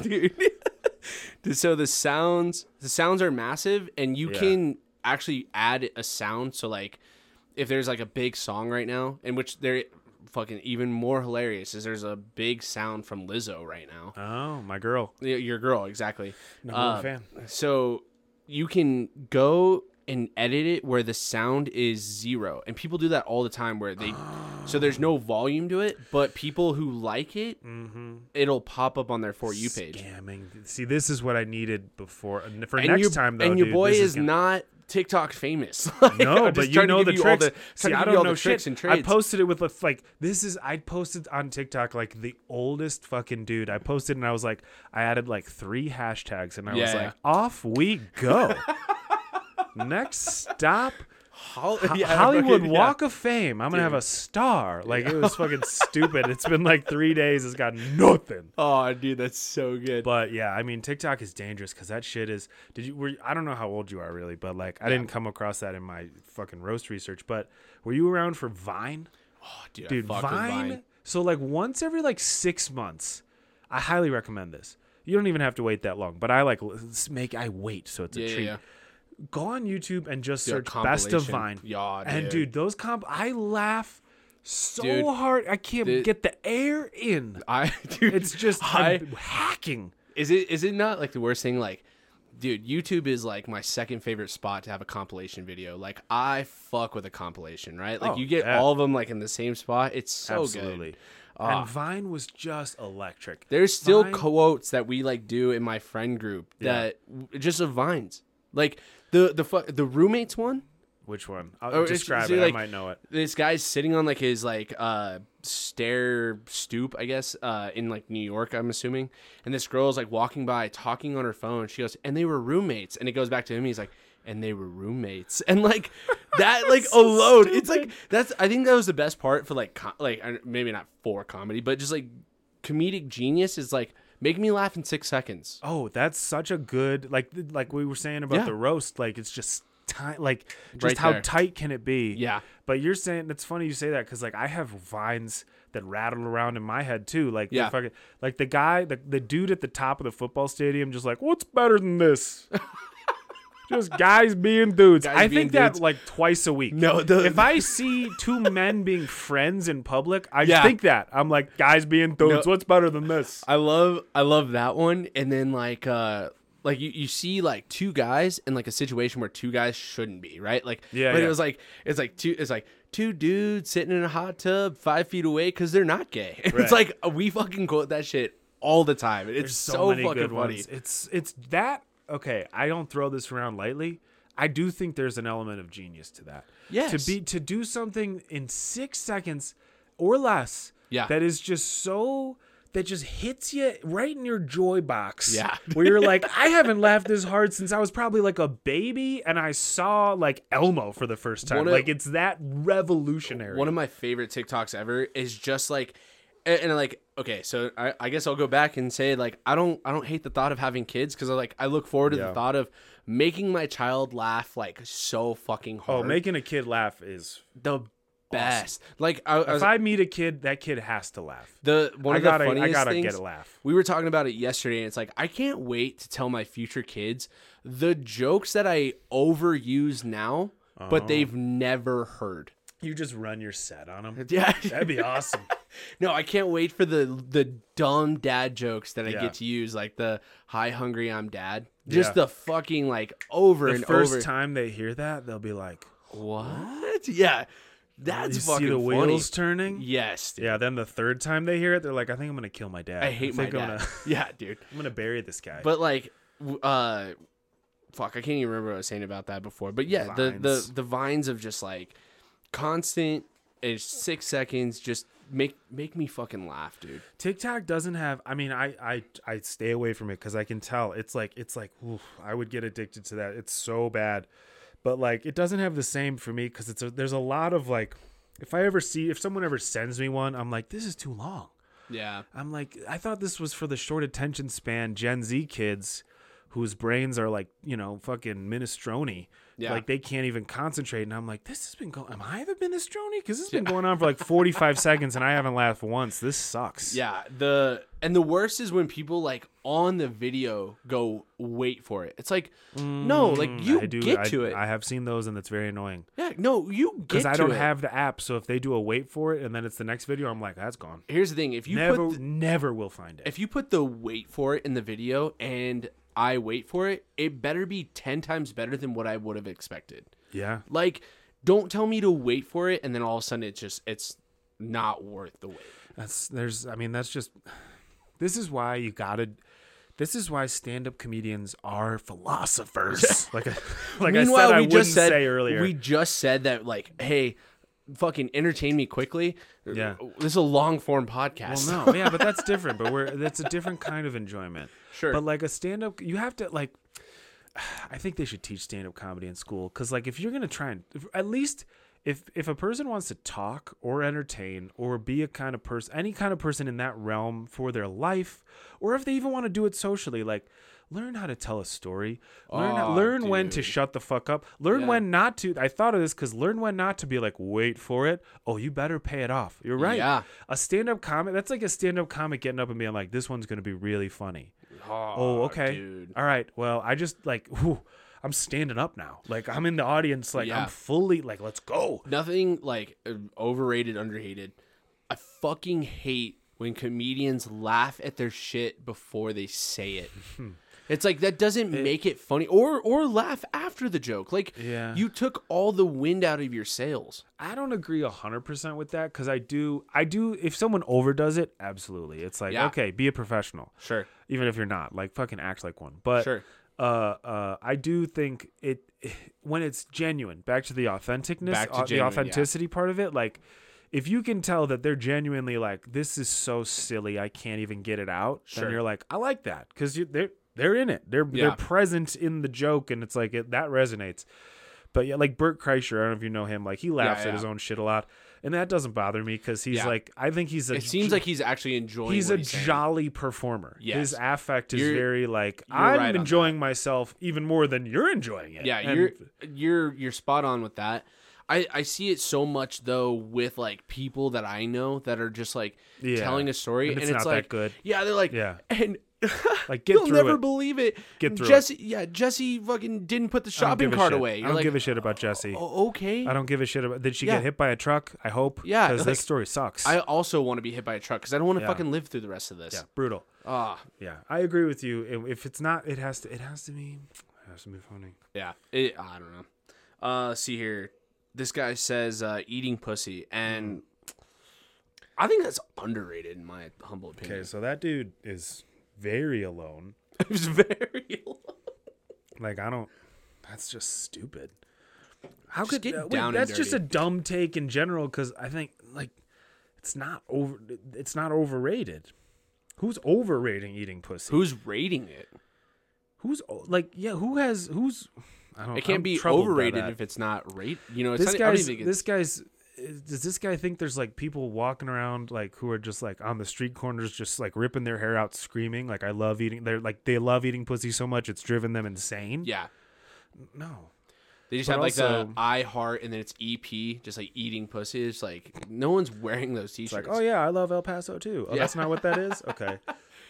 dude. so the sounds, the sounds are massive, and you Yeah. can actually add a sound. So like, if there's like a big song right now, in which they're fucking even more hilarious is there's a big sound from Lizzo right now. oh, my girl. Y- Your girl, exactly. Uh, Number one fan. So you can go and edit it where the sound is zero, and people do that all the time. Where they, so there's no volume to it, but people who like it, Mm-hmm. it'll pop up on their for you page. Scamming. See, this is what I needed before and for and next your, time. Though, and your dude, boy this is, gonna- not TikTok famous. No, I'm just but you trying to know give the you all tricks. trying See, to I give don't you all know the tricks shit. and I trades. posted it with like- like this is I posted on TikTok like the oldest fucking dude. I posted and I was like I added like three hashtags and I was Yeah. like off we go. Next stop Hol- yeah, Hollywood fucking- yeah. Walk of Fame. I'm gonna have a star. Like it was fucking stupid. It's been like three days. It's got nothing. Oh, dude, that's so good. But yeah, I mean TikTok is dangerous because that shit is. Did you? Were, I don't know how old you are really, but like I didn't come across that in my fucking roast research. But were you around for Vine, oh, dude, dude? I fuck with Vine? Vine. So like once every like six months, I highly recommend this. You don't even have to wait that long, but I like l- s- make I wait so it's a Yeah, yeah, treat. yeah. Go on YouTube and just Dude, search best of compilation. Vine. Yeah, and dude. dude, those comp I laugh so Dude, hard I can't the- get the air in. I dude, It's just I I'm hacking. is it is it not like the worst thing like dude, YouTube is like my second favorite spot to have a compilation video. Like I fuck with a compilation, right? Like Oh, you get yeah. all of them like in the same spot. It's so Absolutely. good. Oh, Ah. And Vine was just electric. There's still Vine- quotes that we like do in my friend group that just of vines. Like the the fu- the roommates one. which one? Or I'll Oh, it's- describe see, it. I like, might know it. This guy's sitting on like his like uh stair stoop, I guess, uh in like New York, I'm assuming. And this girl's like walking by, talking on her phone. She goes, and they were roommates. And it goes back to him. He's like, and they were roommates. And like that, like alone, it's like that's. I think that was the best part for like co- like I- maybe not for comedy, but just like comedic genius is like make me laugh in six seconds. Oh, that's such a good like th- like we were saying about Yeah. the roast. Like it's just tight. Like just Right how there. tight can it be? Yeah. But you're saying it's funny you say that because like I have vines that rattle around in my head too. Like Yeah. yeah, fucking, like the guy, the the dude at the top of the football stadium, just like what's better than this. Just guys being dudes. Guys I being think that dudes. like twice a week. No, the- if I see two men being friends in public, I Yeah. think that I'm like guys being dudes. No. What's better than this? I love I love that one. And then like uh like you, you see like two guys in like a situation where two guys shouldn't be, right? Like Yeah, but it yeah. was like it's like two it's like two dudes sitting in a hot tub five feet away because they're not gay. It's Right. like we fucking quote that shit all the time. and It's so, fucking funny. ones. It's it's that okay. I don't throw this around lightly. I do think there's an element of genius to that. Yes. To be to do something in six seconds or less. Yeah. That is just so that just hits you right in your joy box. Yeah. Where you're like, I haven't laughed this hard since I was probably like a baby and I saw like Elmo for the first time. One of- like it's that revolutionary. One of my favorite TikToks ever is just like, and, and, like, okay, so I, I guess I'll go back and say like, I don't, I don't hate the thought of having kids because I like, I look forward to the Yeah. thought of making my child laugh like so fucking oh, hard. making a kid laugh is the best. Like I, I was if I meet a kid, that kid has to laugh. the one I of gotta- the I funniest gotta things. get a laugh. We were talking about it yesterday, and it's like I can't wait to tell my future kids the jokes that I overuse now, Uh-huh. but they've never heard. You just run your set on them. Yeah. That'd be awesome. No, I can't wait for the the dumb dad jokes that I Yeah. get to use, like the "Hi, hungry, I'm dad." Just Yeah. the fucking like over the and first over. time they hear that, they'll be like, What? Yeah, that's "You fucking see the funny. wheels turning." Yes, dude. Yeah. Then the third time they hear it, they're like, "I think I'm gonna kill my dad. I hate my think I'm dad. gonna- yeah, dude. I'm gonna bury this guy." But like, w- uh, fuck, I can't even remember what I was saying about that before. But yeah, the Vines. the the vines of just like constant. It's six seconds. Just make make me fucking laugh, dude. TikTok doesn't have. I mean, I I I stay away from it because I can tell it's like it's like oof, I would get addicted to that. It's so bad, but like it doesn't have the same for me because it's a, there's a lot of like if I ever see if someone ever sends me one, I'm like, this is too long. Yeah. I'm like, I thought this was for the short attention span Gen Z kids whose brains are like, you know, fucking minestrone. Yeah. Like they can't even concentrate. And I'm like, this has been going, am I the minestrone? Because this has been going on for like 45 seconds and I haven't laughed once. This sucks. Yeah, the and the worst is when people like on the video go wait for it. It's like no, like you Mm, I do, get I, to it. I have seen those and that's very annoying. yeah, no, you get Because to I don't it. have the app. So if they do a wait for it and then it's the next video, I'm like, that's gone. Here's the thing: if you never, put the, never will find it. if you put the wait for it in the video and I wait for it, it better be ten times better than what I would have expected. yeah. Like, don't tell me to wait for it and then all of a sudden it's just it's not worth the wait. That's there's I mean that's just this is why you gotta this is why stand-up comedians are philosophers. like I, like I said, Meanwhile, I we wouldn't just said say earlier. we just said that like, hey, fucking entertain me quickly. Yeah. this is a long form podcast. well, no, yeah, but that's different. But we're that's a different kind of enjoyment. Sure. But like a stand-up, you have to like. I think they should teach stand-up comedy in school because like if you're gonna try and if, at least if if a person wants to talk or entertain or be a kind of person, any kind of person in that realm for their life, or if they even want to do it socially, like. Learn how to tell a story. Learn, Aw, learn when to dude. shut the fuck up. Learn Yeah. when not to. I thought of this because learn when not to be like, wait for it. Oh, you better pay it off. You're right. Yeah. A stand up comic, that's like a stand up comic getting up and being like, this one's going to be really funny. Oh, Oh, okay. dude. All right. Well, I just like, whew, I'm standing up now. Like, I'm in the audience. Like, Yeah. I'm fully, like, let's go. Nothing like uh, overrated, underhated. I Hmm. fucking hate when comedians laugh at their shit before they say it. It's like that doesn't make it funny or or laugh after the joke. Like Yeah. you took all the wind out of your sails. I don't agree hundred percent with that because I do. I do. If someone overdoes it, absolutely, it's like Yeah. okay, be a professional. Sure. even if you're not like fucking act like one but Sure. uh uh i do think it when it's genuine back to the authenticness Back to au- genuine, the yeah. authenticity part of it like if you can tell that they're genuinely like this is so silly i can't even get it out Sure. then you're like i like that because you they're they're in it they're Yeah. they're present in the joke and it's like it, that resonates but yeah like bert kreischer i don't know if you know him like he laughs yeah. at his own shit a lot and that doesn't bother me because he's Yeah. like i think he's a It seems ge- like he's actually enjoying. he's what a saying. jolly performer. Yes. His affect is You're- very like you're I'm right on that. enjoying myself even more than you're enjoying it. Yeah, And- you're you're you're spot on with that. I, I see it so much though with like people that I know that are just like Yeah. telling a story And and it's it's, not that like good. Yeah, they're like Yeah. and Like, get you'll through never it. believe it. Get through it. Jesse, yeah, Jesse fucking didn't put the I don't shopping give a cart shit. away. I You're don't like, give a shit about Jesse. "Oh, okay. I don't give a shit about. Did she Yeah. get hit by a truck? I hope. Yeah, because like- this story sucks. I also want to be hit by a truck because I don't want to Yeah. fucking live through the rest of this. yeah, brutal. Ah, Yeah, I agree with you. If- If it's not, it has to. It has to be. It has to be funny. yeah. It, I don't know. Uh, see here, this guy says uh, eating pussy, and Mm. I think that's underrated in my humble opinion. Okay, so that dude is very alone. it was very low. Like I don't. That's just stupid. How could get uh, wait, down and that's just a dirty. dumb take in general? Because I think like it's not over. It's not overrated. Who's overrating eating pussy? Who's rating it? who's o- like yeah? Who has who's? I don't. It can't I'm be troubled by overrated that. if it's not rate. You know, it's this not, I don't guy's. even think This guy's. Does this guy think there's like people walking around like who are just like on the street corners just like ripping their hair out screaming like I love eating they're like they love eating pussy so much it's driven them insane? it's, yeah. No. They just But have like also- the I heart and then it's EP, just like eating pussy. It's like no one's wearing those It's like, t-shirts. oh yeah, I love El Paso too. Oh, Yeah. that's not what that is. Okay.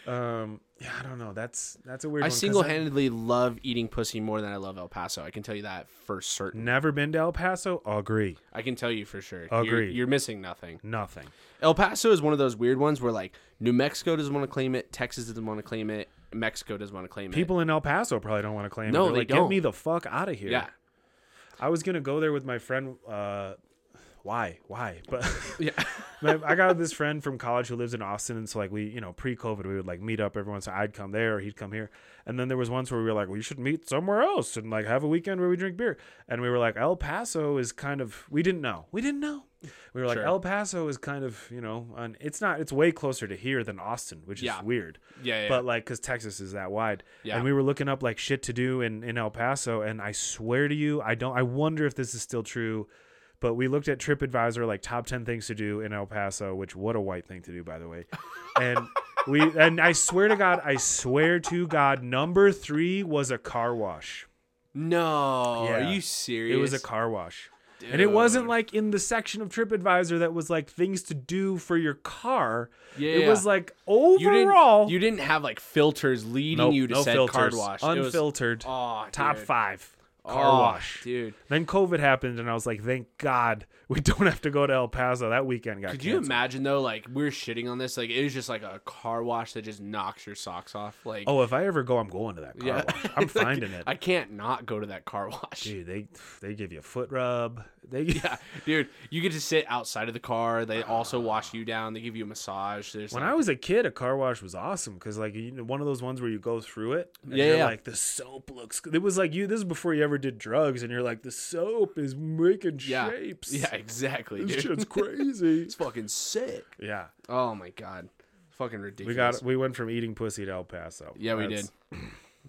Um, yeah, I don't know. That's that's a I weird. one 'cause single-handedly love eating pussy more than I love El Paso. I can tell you that for certain. Never been to El Paso? Agree. I can tell you for sure. You're, Agreed. you're missing nothing. Nothing. El Paso is one of those weird ones where like New Mexico doesn't want to claim it, Texas doesn't want to claim it, Mexico doesn't want to claim it. People in El Paso probably don't want to claim. it. No, They're they like, Get don't. me the fuck out of here. yeah, I was gonna go there with my friend. Uh, why? Why? But yeah, My- I got this friend from college who lives in Austin, and so like we, you know, pre-COVID, we would like meet up every once. in a while. I'd come there, or he'd come here, and then there was once where we were like, we should meet somewhere else and like have a weekend where we drink beer, and we were like, El Paso is kind of we didn't know, we didn't know, we were like, Sure. El Paso is kind of you know, and it's not, it's way closer to here than Austin, which Yeah. is weird, Yeah, yeah, but like because Texas is that wide, Yeah. and we were looking up like shit to do in in El Paso, and I swear to you, I don't, I wonder if this is still true but we looked at TripAdvisor like top 10 things to do in El Paso, which what a white thing to do by the way. And we and I swear to God, I swear to God, number 3 was a car wash. no, Yeah. are you It serious? was a car wash. And it wasn't like in the section of TripAdvisor that was like things to do for your car. It Yeah. was like you didn't overall you didn't have like filters leading Nope, you to no said filters, card wash. It was- unfiltered. Aw, top dude. 5 car Aw, wash. dude. Then COVID happened and I was like, "Thank God we don't have to go to El Paso." That weekend got Could you canceled. imagine though? Like we're shitting on this. Like it was just like a car wash that just knocks your socks off. Like Oh, if I ever go, I'm going to that car Yeah. wash. I'm It's like, finding it. I can't not go to that car wash. Dude, they they give you a foot rub. They Yeah, dude, you get to sit outside of the car. They also wash you down. They give you a massage. There's When like- I was a kid, a car wash was awesome because like you know, one of those ones where you go through it, and Yeah, you're yeah. like the soap looks. good." It was like you. This is before you ever did drugs, and you're like the soap is making yeah, shapes. yeah, exactly, this dude. shit's crazy. It's fucking sick. yeah, Oh my god, fucking ridiculous. we got we went from eating pussy to El Paso. Yeah, we That's- did.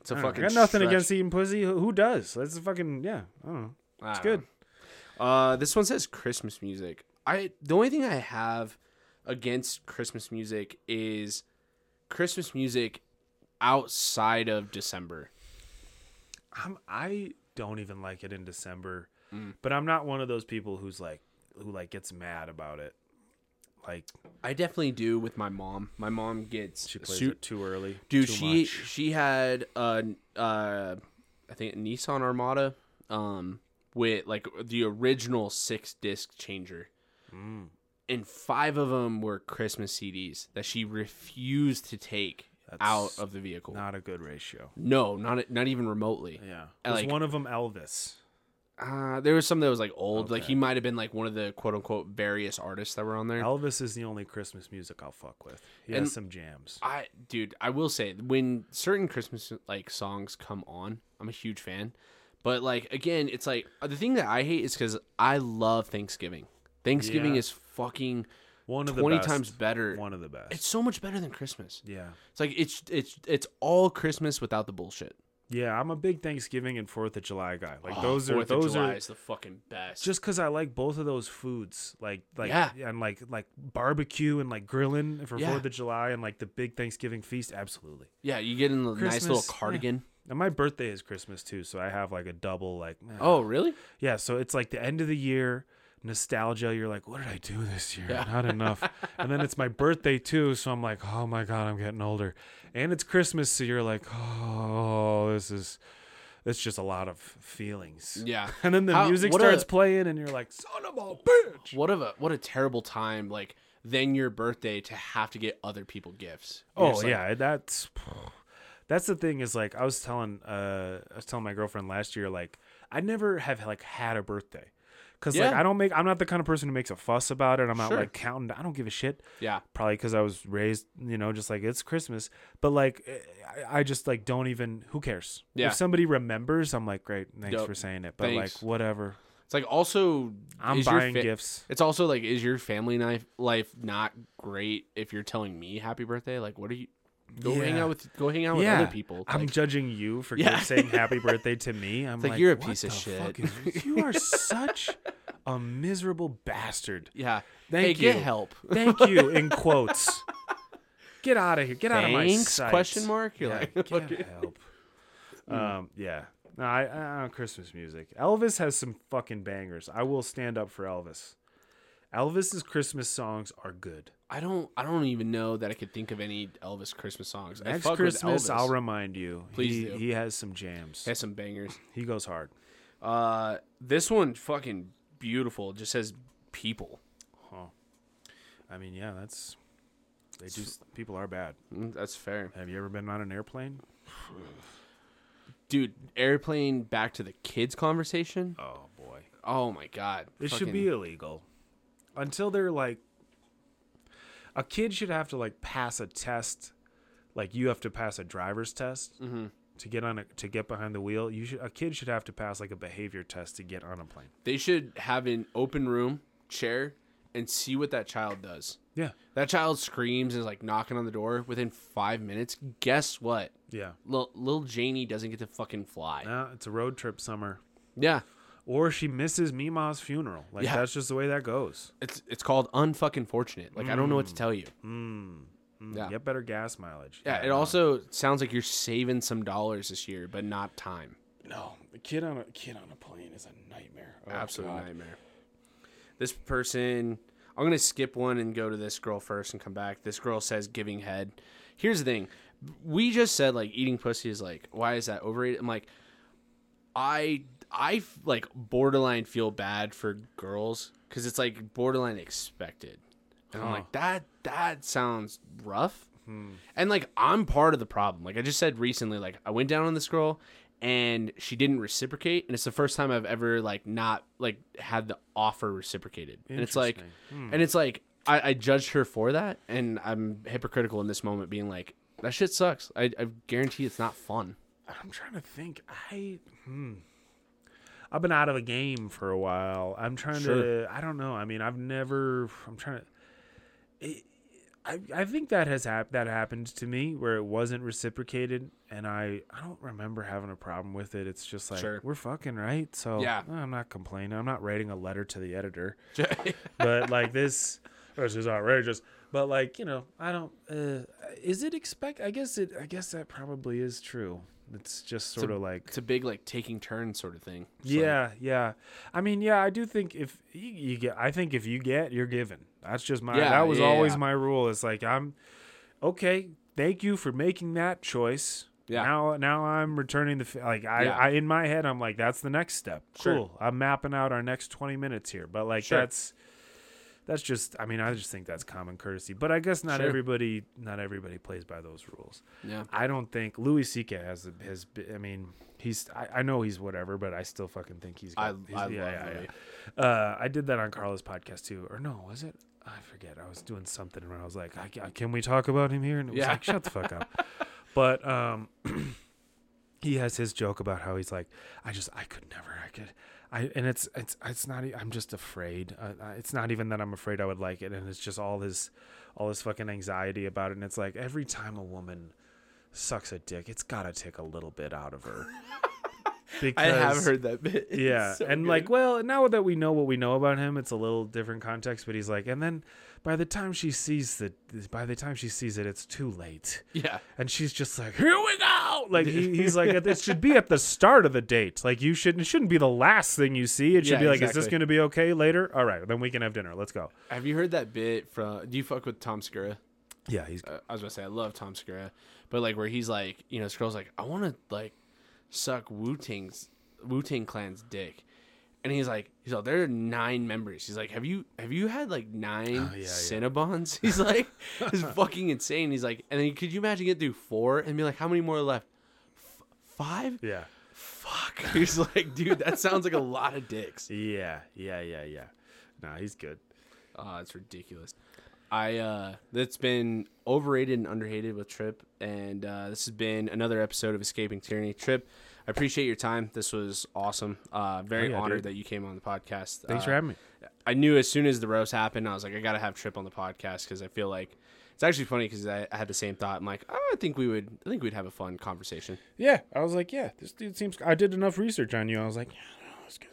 It's a I don't know. fucking. I got nothing stretch. against eating pussy. Who, who does? That's a fucking yeah. I don't know. I It's don't good. know. Uh, this one says Christmas music. I the only thing I have against Christmas music is Christmas music outside of December. I'm, I don't even like it in December, Mm. but I'm not one of those people who's like who like gets mad about it. Like I definitely do with my mom. My mom gets she plays su- it too early, dude too she much. she had uh uh i think a nissan armada um with like the original six disc changer Mm. and five of them were christmas cds that she refused to take out of the vehicle. Not a good ratio. no, not not even remotely. Yeah. I Was like- one of them Elvis? Uh, there was some that was like old. Like he might have been like one of the quote unquote various artists that were on there. Elvis is the only Christmas music I'll fuck with. He And- has some jams. I dude, I will say when certain Christmas like songs come on, I'm a huge fan. But like again, it's like uh, the thing that I hate is because I love Thanksgiving. Thanksgiving Yeah. is fucking One of the twenty best. times better. One of the best. It's so much better than Christmas. yeah. It's like it's it's it's all Christmas without the bullshit. Yeah, I'm a big Thanksgiving and 4th of July guy. Like Oh, those are Fourth of those July are is the fucking best. just because I like both of those foods, like like Yeah. and like like barbecue and like grilling for Yeah. Fourth of July and like the big Thanksgiving feast, absolutely. yeah, you get in a nice little Christmas, yeah. cardigan. And my birthday is Christmas too, so I have like a double like eh. Oh really? yeah. So it's like the end of the year nostalgia. You're like, what did I do this year? Not enough. and then it's my birthday too, so I'm like, oh my god, I'm getting older. And it's Christmas, so you're like, oh, this is. It's just a lot of feelings. Yeah. And then the How- music what a- starts playing, and you're like, son of a bitch. What of a what a terrible time like then your birthday to have to get other people gifts. You're Oh just like, yeah, that's that's the thing is like I was telling uh I was telling my girlfriend last year like I never have like had a birthday because like Yeah. I don't make I'm not the kind of person who makes a fuss about it. I'm not Sure. like counting. I don't give a shit. Yeah. Probably because I was raised, you know, just like it's Christmas. But like eh, I, I just like don't even. Who cares? Yeah. If somebody remembers, I'm like, great, thanks Dope. for saying it. But Thanks. like whatever. It's like also I'm is your buying fa- gifts. It's also like is your family life life not great if you're telling me happy birthday? Like what are you go hang Yeah. out with go hang out with other people. I'm Like, judging you for Yeah. saying happy birthday to me. I'm like, like, you're a "What piece of the shit." fuck is- you are such a miserable bastard. yeah. Thank hey, get you. help. Thank you. In quotes. Get out of here. Get out of my Thanks? sight. Question mark? You're Yeah, like, Hmm. get help. Um. Yeah. No, I, I, I Christmas music. Elvis has some fucking bangers. I will stand up for Elvis. Elvis's Christmas songs are good. I don't I don't even know that I could think of any Elvis Christmas songs. I Next fuck Christmas, with Elvis. I'll remind you. Please he, do. he has some jams. Has some bangers. He goes hard. Uh, this one fucking beautiful. It just says people. I mean, yeah, that's they do. People are bad. Mm, That's fair, Have you ever been on an airplane? dude. Airplane back to the kids conversation. Oh boy, Oh my god, it should Fucking- be illegal until they're like. A kid should have to like pass a test, like you have to pass a driver's test to get on a, to get behind the wheel. You should a kid should have to pass like a behavior test to get on a plane. They should have an open room chair and see what that child does. Yeah, That child screams and is like knocking on the door. Within five minutes, guess what? yeah. Lil little Janie doesn't get to fucking fly. Now it's a road trip summer, Yeah, or she misses Mima's funeral. Like Yeah. that's just the way that goes. it's it's called unfucking fortunate. Like I don't know what to tell you. Yeah. Get better gas mileage. Yeah, it no. also sounds like you're saving some dollars this year, but not time. No, a kid on a kid on a plane is a nightmare. Oh, Absolute God. nightmare. This person, I'm gonna skip one and go to this girl first and come back. This girl says giving head. Here's the thing, we just said like eating pussy is like why is that overrated? I'm like, I I like borderline feel bad for girls because it's like borderline expected, and I'm like that that sounds rough. Hmm. And like I'm part of the problem. Like I just said recently, like I went down on this girl and she didn't reciprocate and it's the first time I've ever like not like had the offer reciprocated. And it's like Hmm. and it's like I, I judged her for that and I'm hypocritical in this moment being like, that shit sucks. I, I guarantee it's not fun. I'm trying to think. I hmm. I've been out of the game for a while. I'm trying Sure. to. I don't know. I mean, I've never. I'm trying to. I, I think that has hap- that happened to me where it wasn't reciprocated and I, I don't remember having a problem with it. It's just like Sure. we're fucking right. So Yeah. I'm not complaining. I'm not writing a letter to the editor. but like this this is outrageous. But like, you know, I don't uh, is it expect I guess it I guess that probably is true. It's just sort of like It's a big like taking turns sort of thing. It's like, yeah, yeah. I mean, yeah, I do think if you, you get, I think if you get, you're given. That's just my. Yeah, that was yeah, always yeah. my rule. It's like I'm okay. Thank you for making that choice. Yeah. Now, now I'm returning the f- like I, Yeah. I in my head I'm like that's the next step. Sure. Cool. I'm mapping out our next 20 minutes here, but like Sure. that's that's just I mean I just think that's common courtesy. But I guess not Sure. everybody not everybody plays by those rules. Yeah. I don't think Louis C.K. has has I mean he's I, I know he's whatever, but I still fucking think he's. I- he's- I love Louis. yeah. Uh, I did that on Carlos' podcast too, or no, was it? I forget. I was doing something where I was like, I, I- "Can we talk about him here?" And it was Yeah. like, "Shut the fuck up." But um, he has his joke about how he's like, I just, I could never, I could, I, and it's, it's, it's not, e- I'm just afraid. Uh, uh, it's not even that I'm afraid I would like it. And it's just all his, all his fucking anxiety about it. And it's like every time a woman sucks a dick, it's gotta take a little bit out of her. I have Because- heard that bit. It's yeah, so and good. like, well, now that we know what we know about him, it's a little different context. But he's like, and then by the time she sees that, by the time she sees it, it's too late. yeah, And she's just like, here we go. Like he, he's like, it should be at the start of the date. Like you shouldn't, it shouldn't be the last thing you see. It should Yeah, be like, is this exactly. going to be okay later? All right, then we can have dinner. Let's go. have you heard that bit from? Do you fuck with Tom Segura? Yeah, he's uh, I was gonna say I love Tom Segura, but like where he's like, you know, Skrull's like, I want to like suck Wu Tang's Wu Tang Clan's dick, and he's like, he's like, there are nine members. He's like, have you have you had like nine Oh, yeah. Cinnabons? He's like, it's fucking insane. He's like, and then could you imagine get through four and be like, how many more are left? F- five? yeah, Fuck. He's like, dude, that sounds like a lot of dicks. yeah, yeah, yeah, yeah. Nah, he's good. Oh, it's ridiculous. I uh that's been overrated and underhated with Trip, and uh, this has been another episode of Escaping Tyranny. Trip, I appreciate your time. This was awesome. Uh, very Oh, yeah, honored dude. that you came on the podcast. Uh, Thanks for having me. I knew as soon as the roast happened, I was like, I gotta have Trip on the podcast because I feel like it's actually funny because I, I had the same thought. I'm like, oh, I think we would, I think we'd have a fun conversation. Yeah, I was like, yeah, this dude seems. I did enough research on you. I was like, yeah, no, it's good.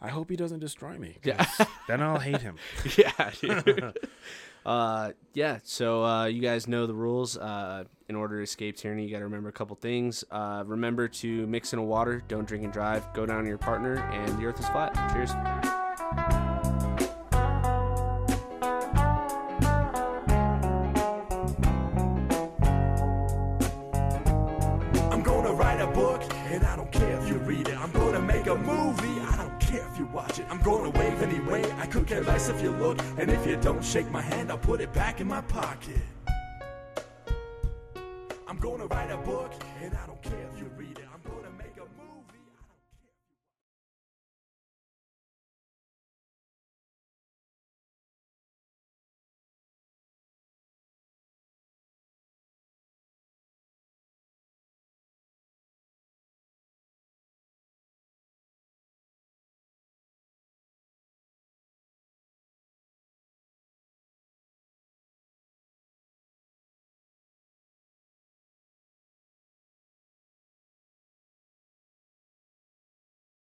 I hope he doesn't destroy me. 'cause then I'll hate him. yeah, dude. uh, yeah. So uh, you guys know the rules. Uh, in order to escape tyranny, you got to remember a couple things. Uh, remember to mix in a water. Don't drink and drive. Go down to your partner, and the earth is flat. Cheers. I'm gonna write a book, and I don't care if you read it. I'm gonna make a movie, I don't care if you watch it. I'm gonna wave anyway, I could care less if you look. And if you don't shake my hand, I'll put it back in my pocket. I'm gonna write a book, and I don't care if you